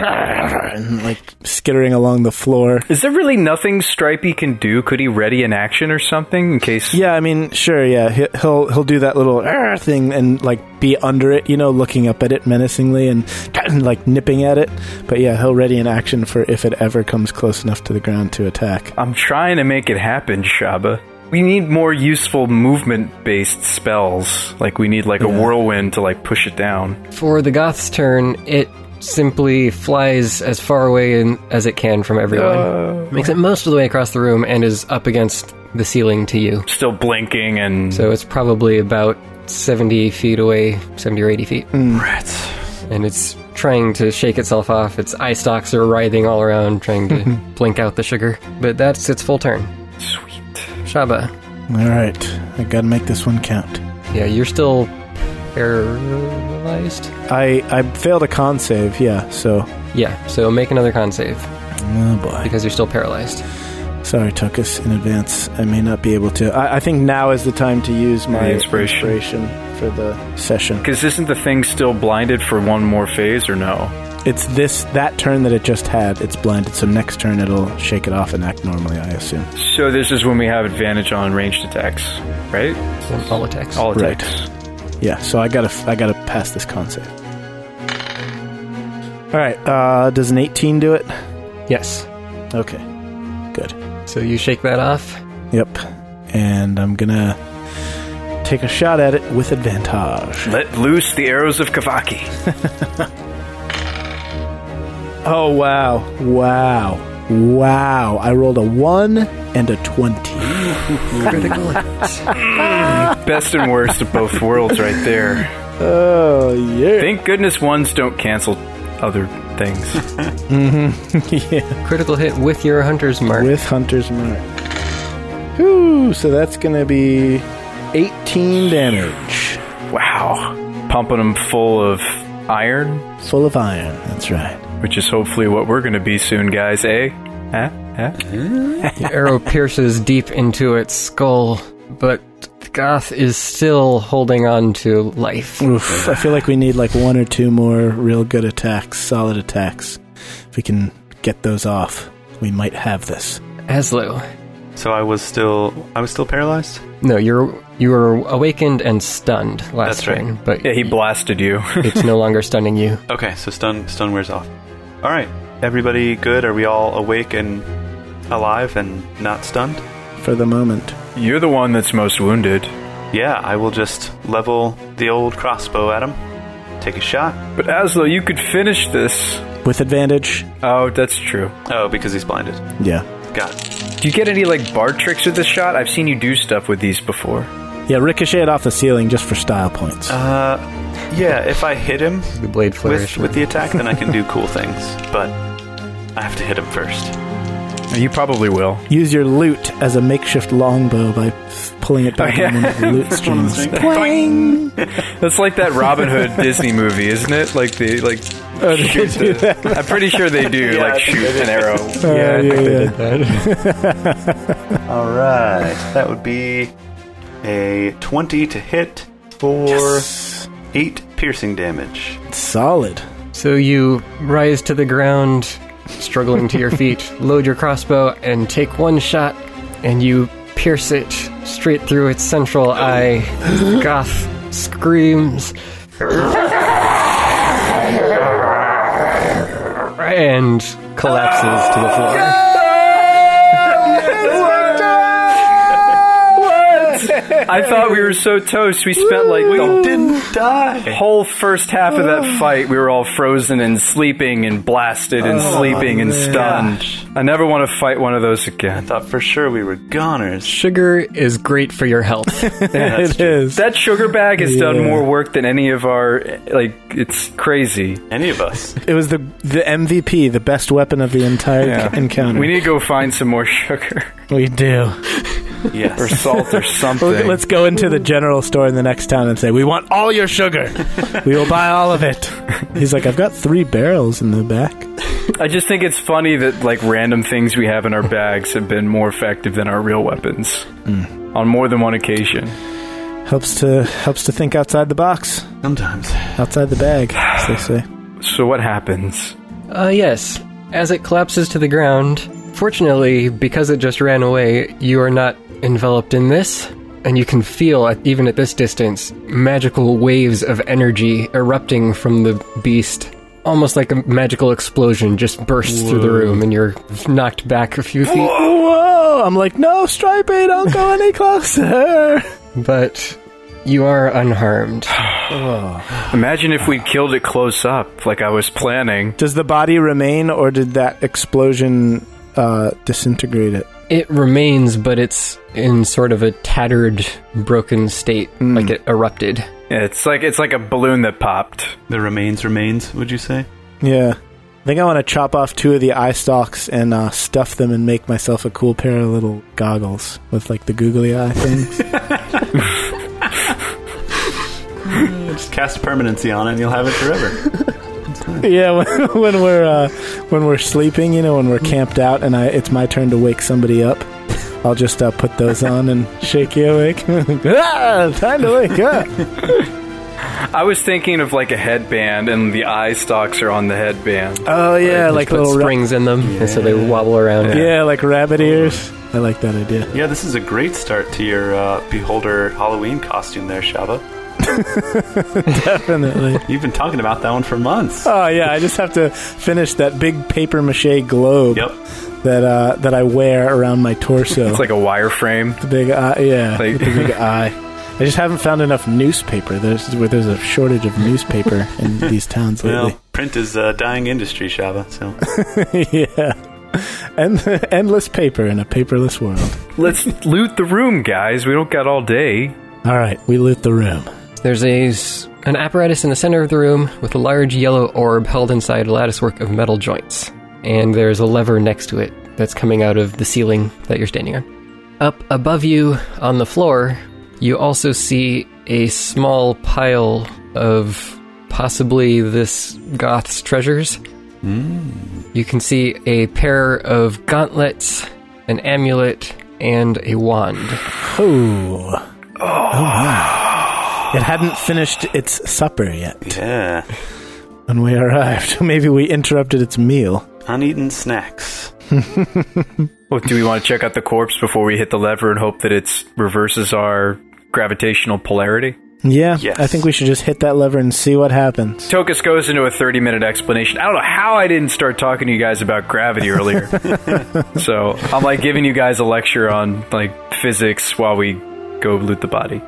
and like skittering along the floor.
Is there really nothing Stripey can do? Could he ready an action or something in case?
Yeah, I mean, sure, yeah, he- he'll he'll do that little "Arr" thing and like be under it, you know, looking up at it menacingly and like nipping at it. But yeah, he'll ready an action for if it ever comes close enough to the ground to attack.
I'm trying to make it happen, Shaba. We need more useful movement-based spells. Like we need like a whirlwind to like push it down.
For the Goth's turn, it simply flies as far away in, as it can from everyone. Makes it most of the way across the room and is up against the ceiling to you.
Still blinking and
So it's probably about 70 feet away, 70 or 80 feet.
Rats.
And it's trying to shake itself off. Its eye stalks are writhing all around, trying to blink out the sugar. But that's its full turn.
sweet.
Shaba,
All right, I gotta make this one count.
yeah, you're still paralyzed?
I I failed a con save, yeah. So,
Yeah, so make another con save
oh boy.
because you're still paralyzed.
Sorry, Tuckus, in advance. I may not be able to. I, I think now is the time to use my
The inspiration.
inspiration for the session.
Because isn't the thing still blinded for one more phase or no?
It's this that turn that it just had. It's blinded, so next turn it'll shake it off and act normally. I assume.
So this is when we have advantage on ranged attacks, right?
All attacks.
All
Right.
attacks.
Yeah. So I gotta I gotta pass this con save. All right. Uh, does an 18 do it?
Yes.
Okay. Good.
So you shake that off.
Yep. And I'm gonna take a shot at it with advantage.
Let loose the arrows of Kavaki.
Oh wow. Wow. Wow. I rolled a 1 and a 20.
Best and worst of both worlds, right there.
Oh yeah.
Thank goodness ones don't cancel other things.
Critical hit with your hunter's mark.
With hunter's mark. Whew, so that's going to be 18 damage.
Wow. Pumping them full of iron,
Full of iron. That's right.
which is hopefully what we're going to be soon, guys, eh? Huh? Huh?
The arrow pierces deep into its skull, but Goth is still holding on to life.
Oof. I feel like we need like one or two more real good attacks, solid attacks. If we can get those off, we might have this.
Aslo,
So I was still I was still paralyzed.
no, you're you were awakened and stunned last
That's right.
turn, but
Yeah, he blasted you.
it's no longer stunning you.
Okay, so stun stun wears off. All right, everybody, good. Are we all awake and alive and not stunned?
For the moment.
You're the one that's most wounded.
Yeah, I will just level the old crossbow at him. Take a shot.
But Aslo, you could finish this.
With advantage?
Oh, that's true.
Oh, because he's blinded.
Yeah.
Got it.
Do you get any like bar tricks with this shot? I've seen you do stuff with these before.
Yeah, ricochet it off the ceiling just for style points.
Uh, yeah. If I hit him
The blade
with
flourish.
with the attack, then I can do cool things. But I have to hit him first.
You probably will.
Use your loot as a makeshift longbow by pulling it back
Oh,
on one of the loot strings. Boing!
That's like that Robin Hood Disney movie, isn't it? Like the like. shoot the- I'm pretty sure they do like shoot an arrow.
yeah, yeah, yeah.
All right, that would be a twenty to hit for eight piercing damage.
Solid.
so you rise to the ground, struggling to your feet, load your crossbow, and take one shot, and you pierce it straight through its central eye. Goth screams. and collapses to the floor.
I thought we were so toast. We spent like the
Didn't die.
whole first half of that fight. We were all frozen and sleeping and blasted and sleeping and stunned. I never want to fight one of those again.
Thought for sure we were goners.
Sugar is great for your health.
it is.
That sugar bag has done
Yeah.
more work than any of our like. It's crazy.
Any of us.
It was the the MVP, the best weapon of the entire
Yeah.
encounter.
We need to go find some more sugar
we do.
or
Yes.
salt or something.
Let's go into the general store in the next town and say, "We want all your sugar. we will buy all of it." He's like, "I've got three barrels in the back."
I just think it's funny that like random things we have in our bags have been more effective than our real weapons on more than one occasion.
Helps to helps to think outside the box,
Sometimes.
outside the bag, as they say.
So what happens?
Uh, yes. As it collapses to the ground, fortunately, because it just ran away, you are not enveloped in this, and you can feel, at, even at this distance, magical waves of energy erupting from the beast. Almost like a magical explosion just bursts through the room, and you're knocked back a few feet.
eh, Whoa! I'm like, no, Stripey, don't go any closer.
But You are unharmed.
Imagine if we killed it close up, like I was planning.
Does the body remain, or did that explosion uh, disintegrate it?
It remains, but it's in sort of a tattered, broken state,
Hmm.
like it erupted.
It's like it's like a balloon that popped.
The remains remains, would you say?
Yeah. I think I want to chop off two of the eye stalks and uh, stuff them and make myself a cool pair of little goggles with like the googly eye things.
Just cast permanency on it and you'll have it forever.
yeah, when, when we're uh, when we're sleeping, you know, when we're camped out, and I it's my turn to wake somebody up. I'll just uh, put those on and shake you awake. ah, time to wake up.
I was thinking of like a headband, and the eye stalks are on the headband.
Oh yeah,
Just
like
put
little ra-
springs in them, and so they wobble around.
yeah, like rabbit ears. I like that idea.
yeah, this is a great start to your uh, Beholder Halloween costume there, Shaba.
Definitely.
You've been talking about that one for months.
Oh yeah, I just have to finish that big paper mache globe
Yep.
that uh, that I wear around my torso.
It's like a wireframe.
the big eye, yeah, the
Like-
big eye. I just haven't found enough newspaper. There's where there's a shortage of newspaper in these towns lately.
Well, print is a dying industry, Shaba, so.
yeah, and endless paper in a paperless world.
Let's loot the room, guys. We don't got all day.
All right, we lit the room.
There's a s- an apparatus in the center of the room with a large yellow orb held inside a latticework of metal joints, and there's a lever next to it that's coming out of the ceiling that you're standing on. Up above you on the floor, you also see a small pile of possibly this goth's treasures. You can see a pair of gauntlets, an amulet, and a wand.
Ooh. Oh. wow. It hadn't finished its supper yet
Yeah.
when we arrived. Maybe we interrupted its meal.
Uneaten snacks.
Well, Oh, do we want to check out the corpse before we hit the lever and hope that it reverses our gravitational polarity?
Yeah,
Yes.
I think we should just hit that lever and see what happens.
Tokus goes into a 30 minute explanation. I don't know how I didn't start talking to you guys about gravity earlier. so I'm like giving you guys a lecture on like physics while we go loot the body.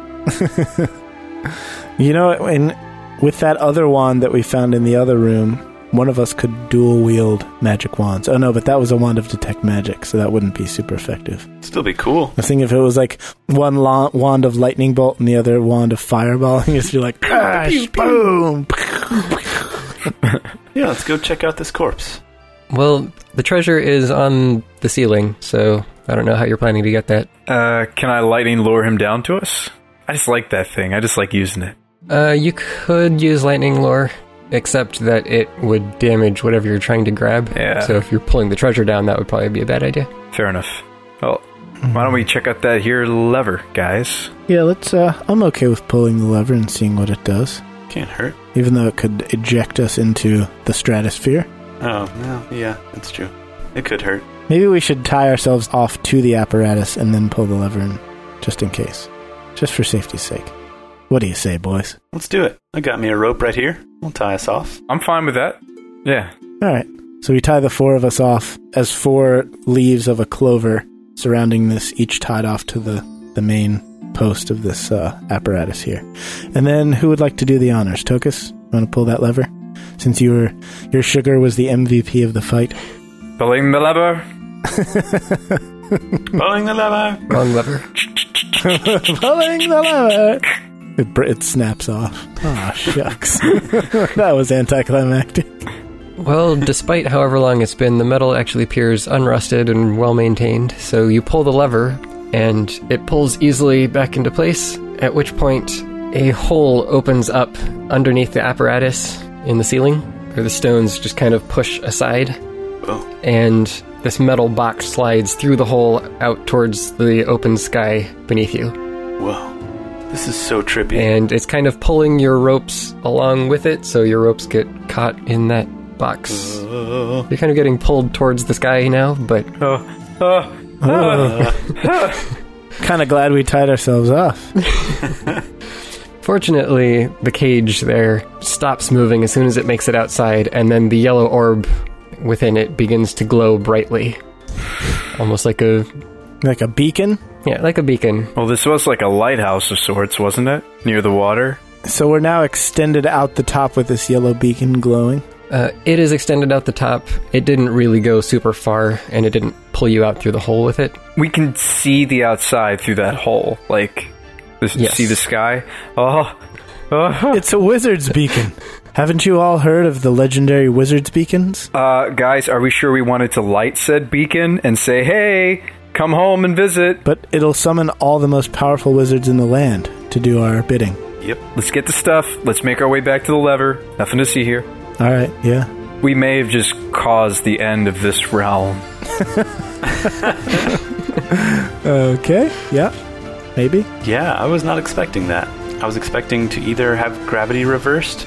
You know, and with that other wand that we found in the other room, one of us could dual wield magic wands. Oh no, but that was a wand of detect magic, so that wouldn't be super effective.
Still be cool.
I think if it was like one la- wand of lightning bolt and the other wand of fireballing, it'd be like, crash, boom.
Yeah, let's go check out this corpse.
Well, the treasure is on the ceiling, so I don't know how you're planning to get that.
Uh, can I lightning lure him down to us? I just like that thing. I just like using it.
Uh, you could use lightning lore, except that it would damage whatever you're trying to grab.
Yeah.
So if you're pulling the treasure down, that would probably be a bad idea.
Fair enough. Well, why don't we check out that here lever, guys?
Yeah, let's. Uh, I'm okay with pulling the lever and seeing what it does,
Can't hurt.
even though it could eject us into the stratosphere.
Oh, no. Yeah, that's true. It could hurt.
Maybe we should tie ourselves off to the apparatus and then pull the lever, in, just in case, just for safety's sake. What do you say, boys?
Let's do it. I got me a rope right here. We'll tie us off.
I'm fine with that. Yeah.
All right. So we tie the four of us off as four leaves of a clover surrounding this, each tied off to the the main post of this uh, apparatus here. And then, who would like to do the honors? Tokus, you want to pull that lever? Since you were your sugar was the MVP of the fight.
Pulling the lever.
Pulling the lever.
Wrong lever.
pulling the lever. It, br- it snaps off. Ah, shucks. that was anticlimactic.
Well, despite however long it's been, the metal actually appears unrusted and well maintained. So you pull the lever, and it pulls easily back into place, at which point a hole opens up underneath the apparatus in the ceiling, where the stones just kind of push aside,
Oh,
and this metal box slides through the hole out towards the open sky beneath you.
whoa. This is so trippy.
And it's kind of pulling your ropes along with it, so your ropes get caught in that box.
Oh,
You're kind of getting pulled towards the sky now, but
Uh, uh, uh.
Kind of glad we tied ourselves off.
fortunately, the cage there stops moving as soon as it makes it outside, and then the yellow orb within it begins to glow brightly. Almost like a
Like a beacon?
Yeah, like a beacon.
Well, this was like a lighthouse of sorts, wasn't it? Near the water.
So we're now extended out the top with this yellow beacon glowing.
Uh, it is extended out the top. It didn't really go super far, and it didn't pull you out through the hole with it.
We can see the outside through that hole. Like, this,
Yes.
see the sky. Oh, oh.
It's a wizard's beacon. Haven't you all heard of the legendary wizard's beacons?
Uh, guys, are we sure we wanted to light said beacon and say, "Hey, come home and visit"?
But it'll summon all the most powerful wizards in the land to do our bidding.
Let's get the stuff. Let's make our way back to the lever. Nothing to see here.
All right, yeah.
We may have just caused the end of this realm.
Okay, yeah. Maybe.
Yeah, I was not expecting that. I was expecting to either have gravity reversed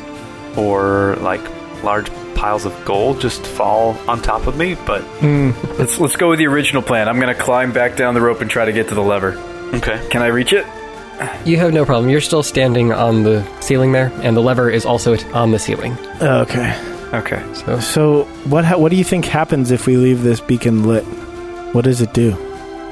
or like large piles of gold just fall on top of me, but
Let's let's go with the original plan. I'm gonna climb back down the rope and try to get to the lever.
okay.
Can I reach it?
You have no problem. You're still standing on the ceiling there, and the lever is also t- on the ceiling.
Okay.
Okay.
So, what ha- what do you think happens if we leave this beacon lit? What does it do?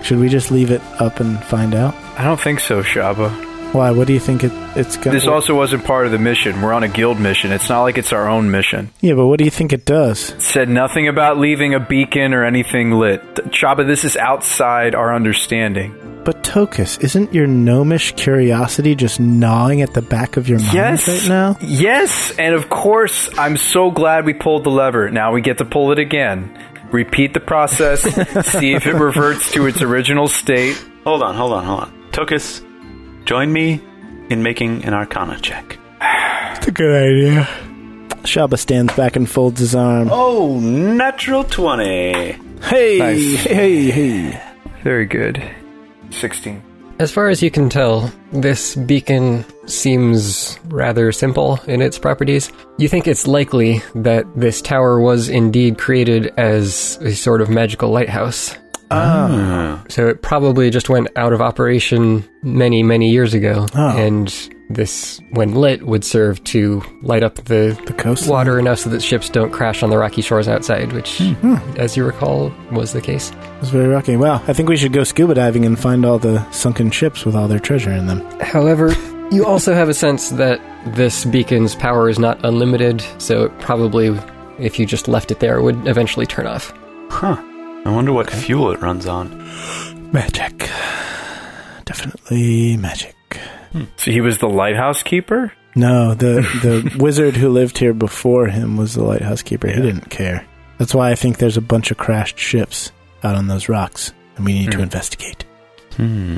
Should we just leave it up and find out?
I don't think so, Shaba.
Why? What do you think it, it's going
This also wasn't part of the mission. We're on a guild mission. It's not like it's our own mission.
Yeah, but what do you think it does?
It said nothing about leaving a beacon or anything lit. Th- Shaba, this is outside our understanding.
But Tokus, isn't your gnomish curiosity just gnawing at the back of your mind
Yes.
right now?
Yes, and of course, I'm so glad we pulled the lever. Now we get to pull it again. Repeat the process, see if it reverts to its original state.
Hold on, hold on, hold on. Tokus, join me in making an arcana check.
That's a good idea. Shaba stands back and folds his arm.
Oh, natural 20.
hey,
nice.
hey, hey.
Very good. 16.
As far as you can tell, this beacon seems rather simple in its properties. You think it's likely that this tower was indeed created as a sort of magical lighthouse. So it probably just went out of operation many, many years ago. And this, when lit, would serve to light up the,
The coast.
water enough so that ships don't crash on the rocky shores outside, which, as you recall, was the case.
It's very rocky. Wow, I think we should go scuba diving and find all the sunken ships with all their treasure in them.
However, you also have a sense that this beacon's power is not unlimited, so it probably, if you just left it there, would eventually turn off.
Huh. I wonder what fuel it runs on.
Magic. Definitely magic.
So he was the lighthouse keeper?
No, the the wizard who lived here before him was the lighthouse keeper. He didn't care. That's why I think there's a bunch of crashed ships out on those rocks, and we need to investigate.
Hmm.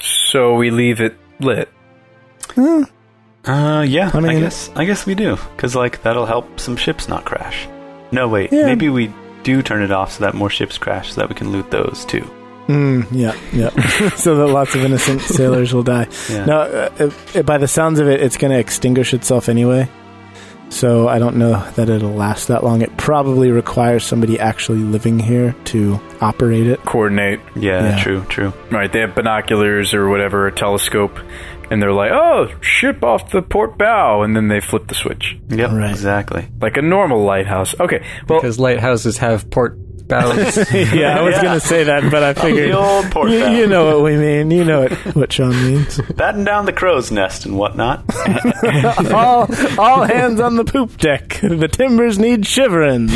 So we leave it lit.
Hmm.
Uh, yeah.
I
I,
mean-
guess I guess we do, because like that'll help some ships not crash. No, wait.
Yeah.
Maybe we do turn it off so that more ships crash, so that we can loot those too.
Mm, yeah, yeah. so that lots of innocent sailors will die.
Yeah.
No, uh, it, by the sounds of it, it's going to extinguish itself anyway. So I don't know that it'll last that long. It probably requires somebody actually living here to operate it.
Coordinate.
Yeah,
Yeah.
True. True.
Right, they have binoculars or whatever, a telescope, and they're like, oh, ship off the port bow, and then they flip the switch.
Yep.
Right.
Exactly.
Like a normal lighthouse. Okay, well,
Because lighthouses have port bows.
yeah, I was going to say that, but I figured
The old port
you,
bow.
you know what we mean. You know what what Sean means.
Batten down the crow's nest and whatnot.
all all hands on the poop deck. The timbers need shivering.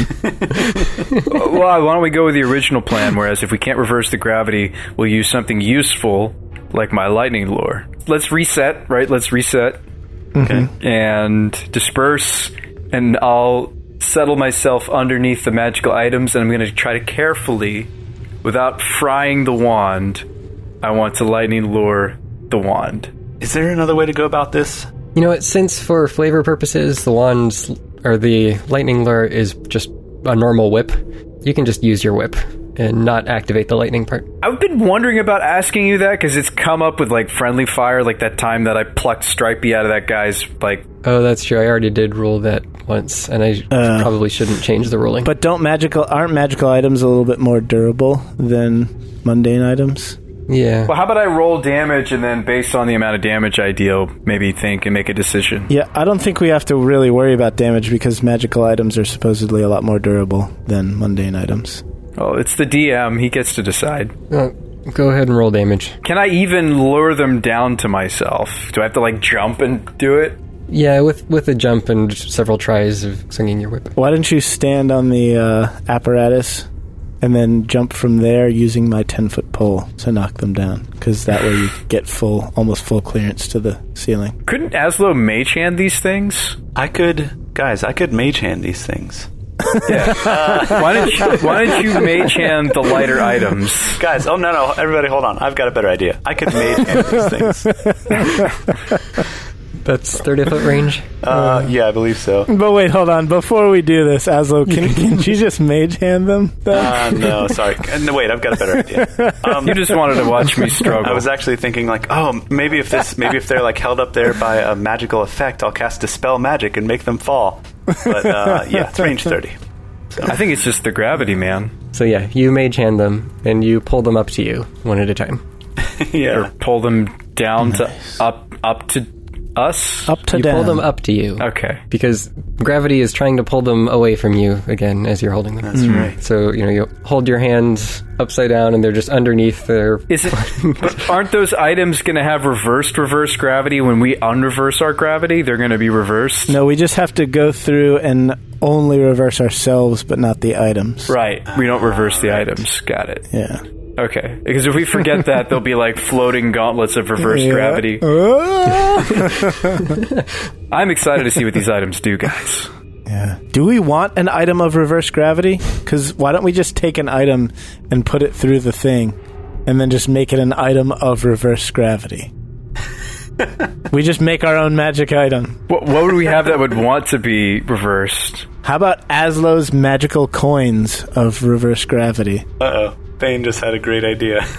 well, why don't we go with the original plan? Whereas if we can't reverse the gravity, we'll use something useful like my lightning lure. Let's reset, right? Let's reset
okay.
and disperse, and I'll settle myself underneath the magical items, and I'm going to try to carefully, without frying the wand, I want to lightning lure the wand.
Is there another way to go about this?
you know what? Since for flavor purposes, the wands or the lightning lure is just a normal whip, you can just use your whip and not activate the lightning part.
I've been wondering about asking you that because it's come up with like friendly fire, like that time that I plucked Stripey out of that guy's like.
Oh, that's true. I already did rule that once, and I probably shouldn't change the ruling.
But don't magical aren't magical items a little bit more durable than mundane items?
yeah.
Well, how about I roll damage and then, based on the amount of damage I deal, maybe think and make a decision.
Yeah, I don't think we have to really worry about damage because magical items are supposedly a lot more durable than mundane items.
Oh, it's the DM; he gets to decide.
Uh, Go ahead and roll damage.
Can I even lure them down to myself? Do I have to like jump and do it?
Yeah, with with a jump and several tries of swinging your whip.
Why don't you stand on the uh, apparatus and then jump from there using my 10 foot pole to knock them down? Because that way you get full, almost full clearance to the ceiling.
Couldn't Aslo mage hand these things?
I could, guys, I could mage hand these things.
Why don't you, why don't you mage hand the lighter items?
Guys, oh no, no, everybody hold on. I've got a better idea. I could mage hand these things.
That's thirty foot range.
Uh, yeah, I believe so.
But wait, hold on. Before we do this, Aslo, can, can you just mage hand them?
Uh, no, sorry. Uh, No, wait, I've got a better idea. Um,
You just wanted to watch me struggle.
I was actually thinking like, oh, maybe if this, maybe if they're like held up there by a magical effect, I'll cast dispel magic and make them fall. But uh, yeah, it's range thirty.
I think it's just the gravity, man.
So yeah, you mage hand them and you pull them up to you one at a time.
yeah,
Pull them down to up up to us.
Up to
You
down.
pull them up to you
Okay.
because gravity is trying to pull them away from you again as you're holding them.
that's right.
So you know you hold your hands upside down and they're just underneath their.
Is it? but aren't those items going to have reversed reverse gravity when we unreverse our gravity? They're going to be reversed.
No, we just have to go through and only reverse ourselves, but not the items.
Right. We don't reverse the items. Got it.
Yeah.
Okay. Because if we forget that, they'll be like floating gauntlets of reverse gravity. I'm excited to see what these items do, guys.
Yeah. Do we want an item of reverse gravity? Because why don't we just take an item and put it through the thing and then just make it an item of reverse gravity? we just make our own magic item.
What, what would we have that would want to be reversed?
How about Aslo's magical coins of reverse gravity?
Uh oh, Thane just had a great idea.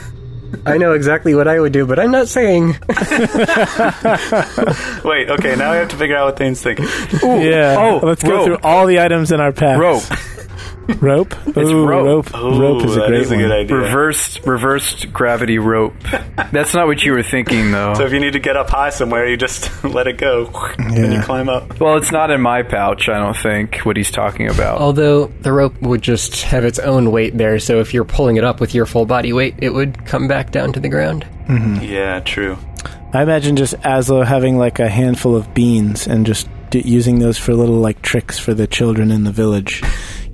I know exactly what I would do, but I'm not saying.
Wait, okay, now we have to figure out what Thane's thinking.
yeah.
oh,
Let's go
rope.
through all the items in our pack.
Rope.
Rope? Ooh, Rope,
rope.
rope is a
that
great
a
one.
good idea.
Reversed reversed gravity rope. That's not what you were thinking though.
So if you need to get up high somewhere, you just let it go and you
Yeah.
climb up.
well, it's not in my pouch, I don't think, what he's talking about.
Although the rope would just have its own weight there, so if you're pulling it up with your full body weight, it would come back down to the ground.
Yeah, true.
I imagine just Aslo having like a handful of beans and just d- using those for little like tricks for the children in the village.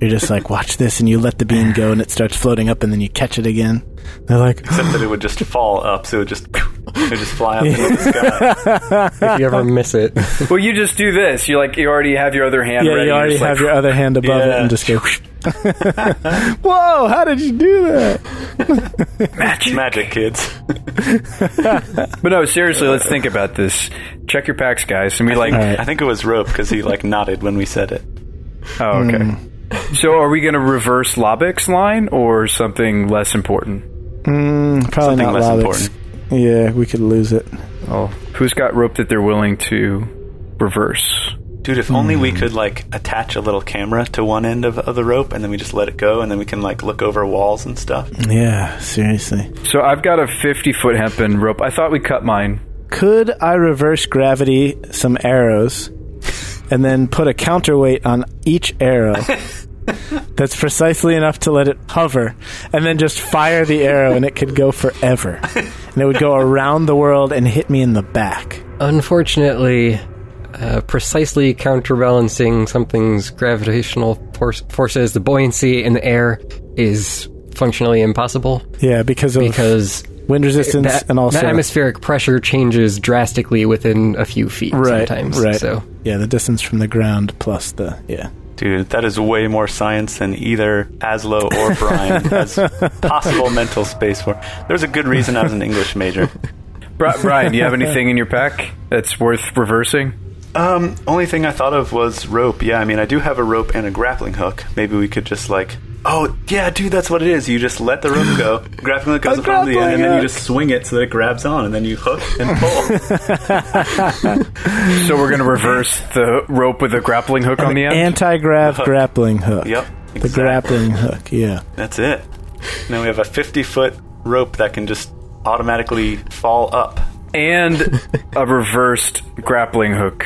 You're just like, watch this, and you let the bean go, and it starts floating up, and then you catch it again. They're like,
Except that it would just fall up, so it would just it would just fly up into the sky.
If you
Ah.
ever miss it,
Well, you just do this. You like you already have your other hand
yeah,
ready.
you already
It's like,
have your other hand above it,
Yeah.
and just go. Whoa! How did you do that?
Magic, kids.
But no, seriously, let's think about this. Check your packs, guys. And we like
I think it was rope because he like nodded when we said it.
Oh, okay. So are we going to reverse Lobbock's line or something less important?
Mm, probably
Something
not
less
Lobix. Yeah, we could lose it.
Oh, who's got rope that they're willing to reverse?
Dude, if only
Hmm.
we could like attach a little camera to one end of, of the rope and then we just let it go and then we can like look over walls and stuff.
Yeah, seriously.
So I've got a 50 foot hempen rope. I thought we cut mine.
Could I reverse gravity some arrows and then put a counterweight on each arrow that's precisely enough to let it hover and then just fire the arrow and it could go forever? And it would go around the world and hit me in the back.
unfortunately, uh, precisely counterbalancing something's gravitational force, forces, the buoyancy in the air is functionally impossible
Yeah, because of
because
wind resistance
that,
and also.
that atmospheric pressure changes drastically within a few feet
right,
sometimes.
right.
So
Yeah, the distance from the ground plus the. Yeah.
Dude, that is way more science than either Aslo or Brian has possible mental space for. There's a good reason I was an English major.
Bri- Brian, do you have anything in your pack that's worth reversing?
Um, only thing I thought of was rope. Yeah, I mean, I do have a rope and a grappling hook. Maybe we could just like, oh yeah, dude, that's what it is. You just let the rope go, grappling hook goes
A
up onto the end, and
grappling
then you
hook.
just swing it so that it grabs on, and then you hook and pull.
So we're going to reverse the rope with a grappling hook on the end?
Anti grav grappling hook.
yep,
The
exactly.
grappling hook, yeah.
That's it. Now we have a 50 foot rope that can just automatically fall up.
and a reversed grappling hook.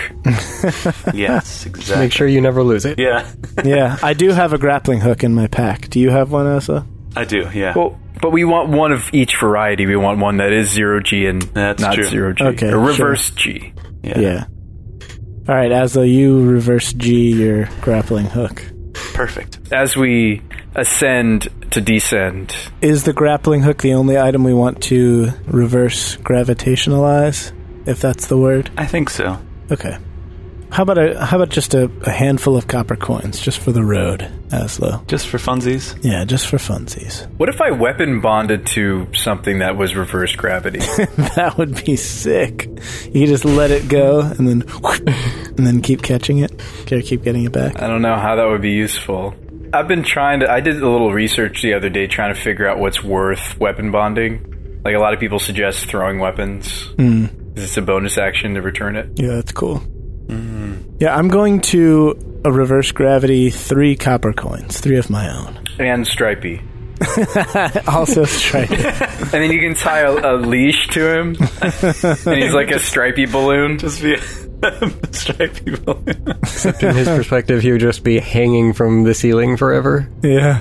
Yes, exactly.
make sure you never lose it.
Yeah,
Yeah, I do have a grappling hook in my pack. Do you have one, Elsa?
I do. Yeah.
Well, But we want one of each variety. We want one that is zero G and
That's
not
true.
zero G.
Okay,
or reverse G.
Yeah.
Yeah. All right, Asla, you reverse G your grappling hook.
Perfect.
As we ascend to descend,
Is the grappling hook the only item we want to reverse gravitationalize, if that's the word?
I think so.
Okay. How about a how about just a, a handful of copper coins, just for the road, Aslo?
Just for funsies.
Yeah, just for funsies.
what if I weapon bonded to something that was reverse gravity?
That would be sick. You just let it go and then and then keep catching it. Okay, keep getting it back.
I don't know how that would be useful. I've been trying to. I did a little research the other day trying to figure out what's worth weapon bonding. Like a lot of people suggest throwing weapons. Mm. It's a bonus action to return it.
Yeah, that's cool. Yeah, I'm going to a reverse gravity three copper coins, three of my own.
And stripey.
Also strike.
And then you can tie a, a leash to him. and he's like a stripey balloon.
Just be strike people.
In his perspective, he would just be hanging from the ceiling forever.
yeah.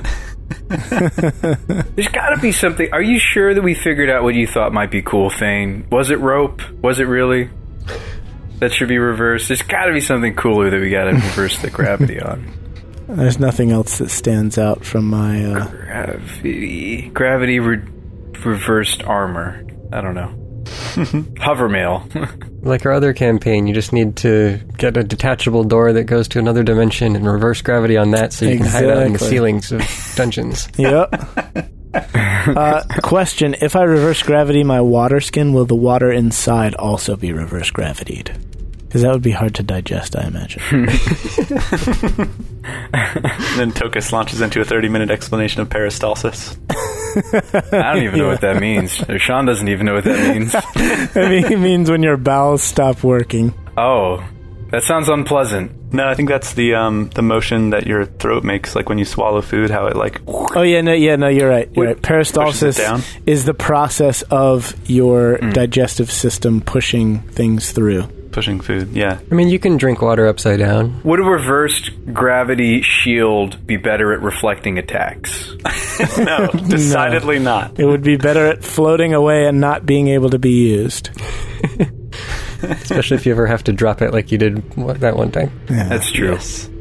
There's gotta be something. Are you sure that we figured out what you thought might be cool, Thane? Was it rope? Was it really? That should be reversed. There's gotta be something cooler that we gotta reverse the gravity on.
There's nothing else that stands out from my uh,
Gravity. Gravity re- reversed armor. I don't know. Hover mail.
Like our other campaign, you just need to get a detachable door that goes to another dimension and reverse gravity on that so you can hide out in the
Exactly.
ceilings of dungeons.
Yep. uh, question: If I reverse gravity my water skin, will the water inside also be reverse gravitied? Because that would be hard to digest, I imagine.
then Tokus launches into a 30 minute explanation of peristalsis.
I don't even know what that means. Sean doesn't even know what that means.
I mean, it means when your bowels stop working.
Oh, that sounds unpleasant.
No, I think that's the um, the motion that your throat makes, like when you swallow food, how it like.
Oh yeah, no, yeah, no, you're right. You're right.
pushes it down? Hmm.
Peristalsis is the process of your digestive system pushing things through.
pushing food. Yeah,
I mean, you can drink water upside down.
Would a reversed gravity shield be better at reflecting attacks?
no, decidedly not.
It would be better at floating away and not being able to be used.
Especially if you ever have to drop it like you did what, that one time.
That's true.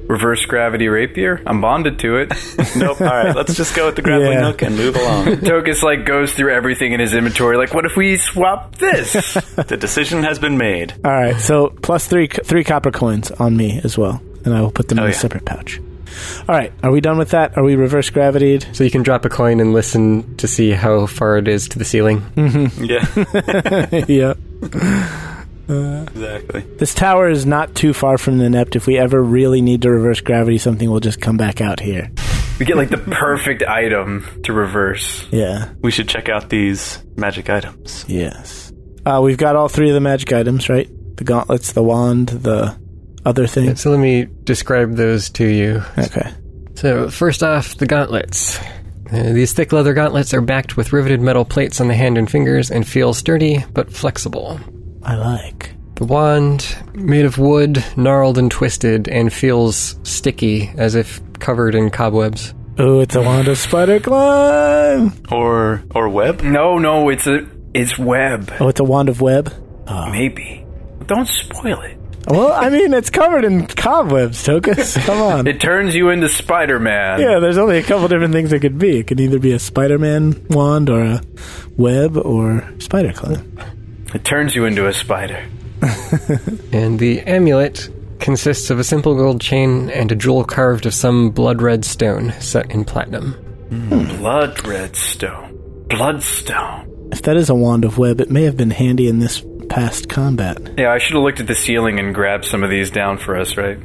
Reverse gravity rapier? I'm bonded to it.
Nope. All right, let's just go with the grappling
Yeah.
hook and move along.
Tokus like goes through everything in his inventory. Like, what if we swap this?
the decision has been made.
All right, so plus three three copper coins on me as well, and I will put them in a
Oh, yeah.
separate pouch. All right, are we done with that? Are we reverse gravitated?
So you can drop a coin and listen to see how far it is to the ceiling.
Yeah,
yeah.
exactly.
This tower is not too far from the inept. If we ever really need to reverse gravity something, we'll just come back out here.
we get like the perfect item to reverse.
Yeah.
We should check out these magic items.
Yes. Uh, we've got all three of the magic items, right? The gauntlets, the wand, the other
Yeah,
things.
So let me describe those to you.
Okay.
So, first off, the gauntlets. Uh, these thick leather gauntlets are backed with riveted metal plates on the hand and fingers and feel sturdy but flexible.
I like.
The wand, made of wood, gnarled and twisted, and feels sticky as if covered in cobwebs.
Oh, it's a wand of spider climb.
Or or web.
No, no, it's a it's web.
Oh, it's a wand of web.
Maybe. Don't spoil it.
Well, I mean, it's covered in cobwebs, Tokus. Come on.
It turns you into Spider Man.
Yeah, there's only a couple different things it could be. It could either be a Spider-Man wand or a web or spider climb.
It turns you into a spider.
And the amulet consists of a simple gold chain and a jewel carved of some blood red stone set in platinum.
Blood red stone. Bloodstone.
If that is a wand of web, it may have been handy in this past combat.
Yeah, I should have looked at the ceiling and grabbed some of these down for us, right?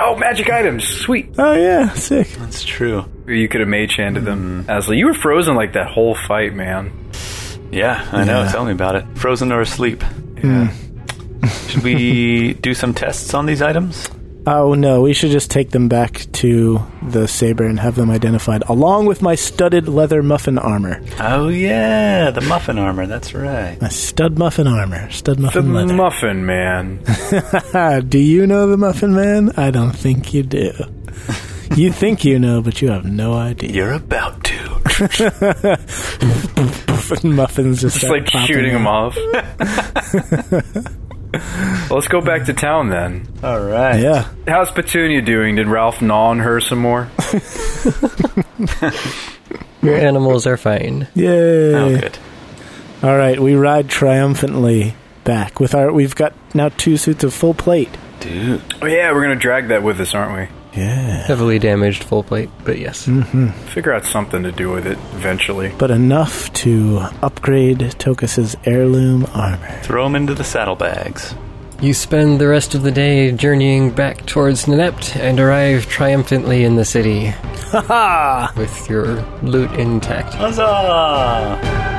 oh, magic items! Sweet!
Oh yeah, sick.
That's true.
You could have mage handed them. Asla, you were frozen like that whole fight, man.
Yeah, Hmm. I know. Tell me about it. Frozen or asleep.
Yeah.
Should we do some tests on these items?
Oh no, we should just take them back to the saber and have them identified along with my studded leather muffin armor.
Oh yeah, the muffin armor. That's right.
My stud muffin armor, stud
The
muffin leather.
muffin man.
Ah, do you know the muffin man? I don't think you do. you think you know, but you have no idea.
You're about to.
muffins just
It's like shooting them off. Well, let's go back to town then.
All right.
Yeah.
How's Petunia doing? Did Ralph gnaw on her some more?
Your animals are fine.
Yay.
Oh, good.
All right, we ride triumphantly back with our. We've got now two suits of full plate.
Dude.
Oh yeah, we're gonna drag that with us, aren't
Yeah.
Heavily damaged full plate, but yes.
Hmm.
we? Figure out something to do with it eventually.
But enough to upgrade Tokus's heirloom armor.
Throw them into the saddlebags.
You spend the rest of the day journeying back towards Nenept and arrive triumphantly in the city
Ha ha!
with your loot intact.
Huzzah!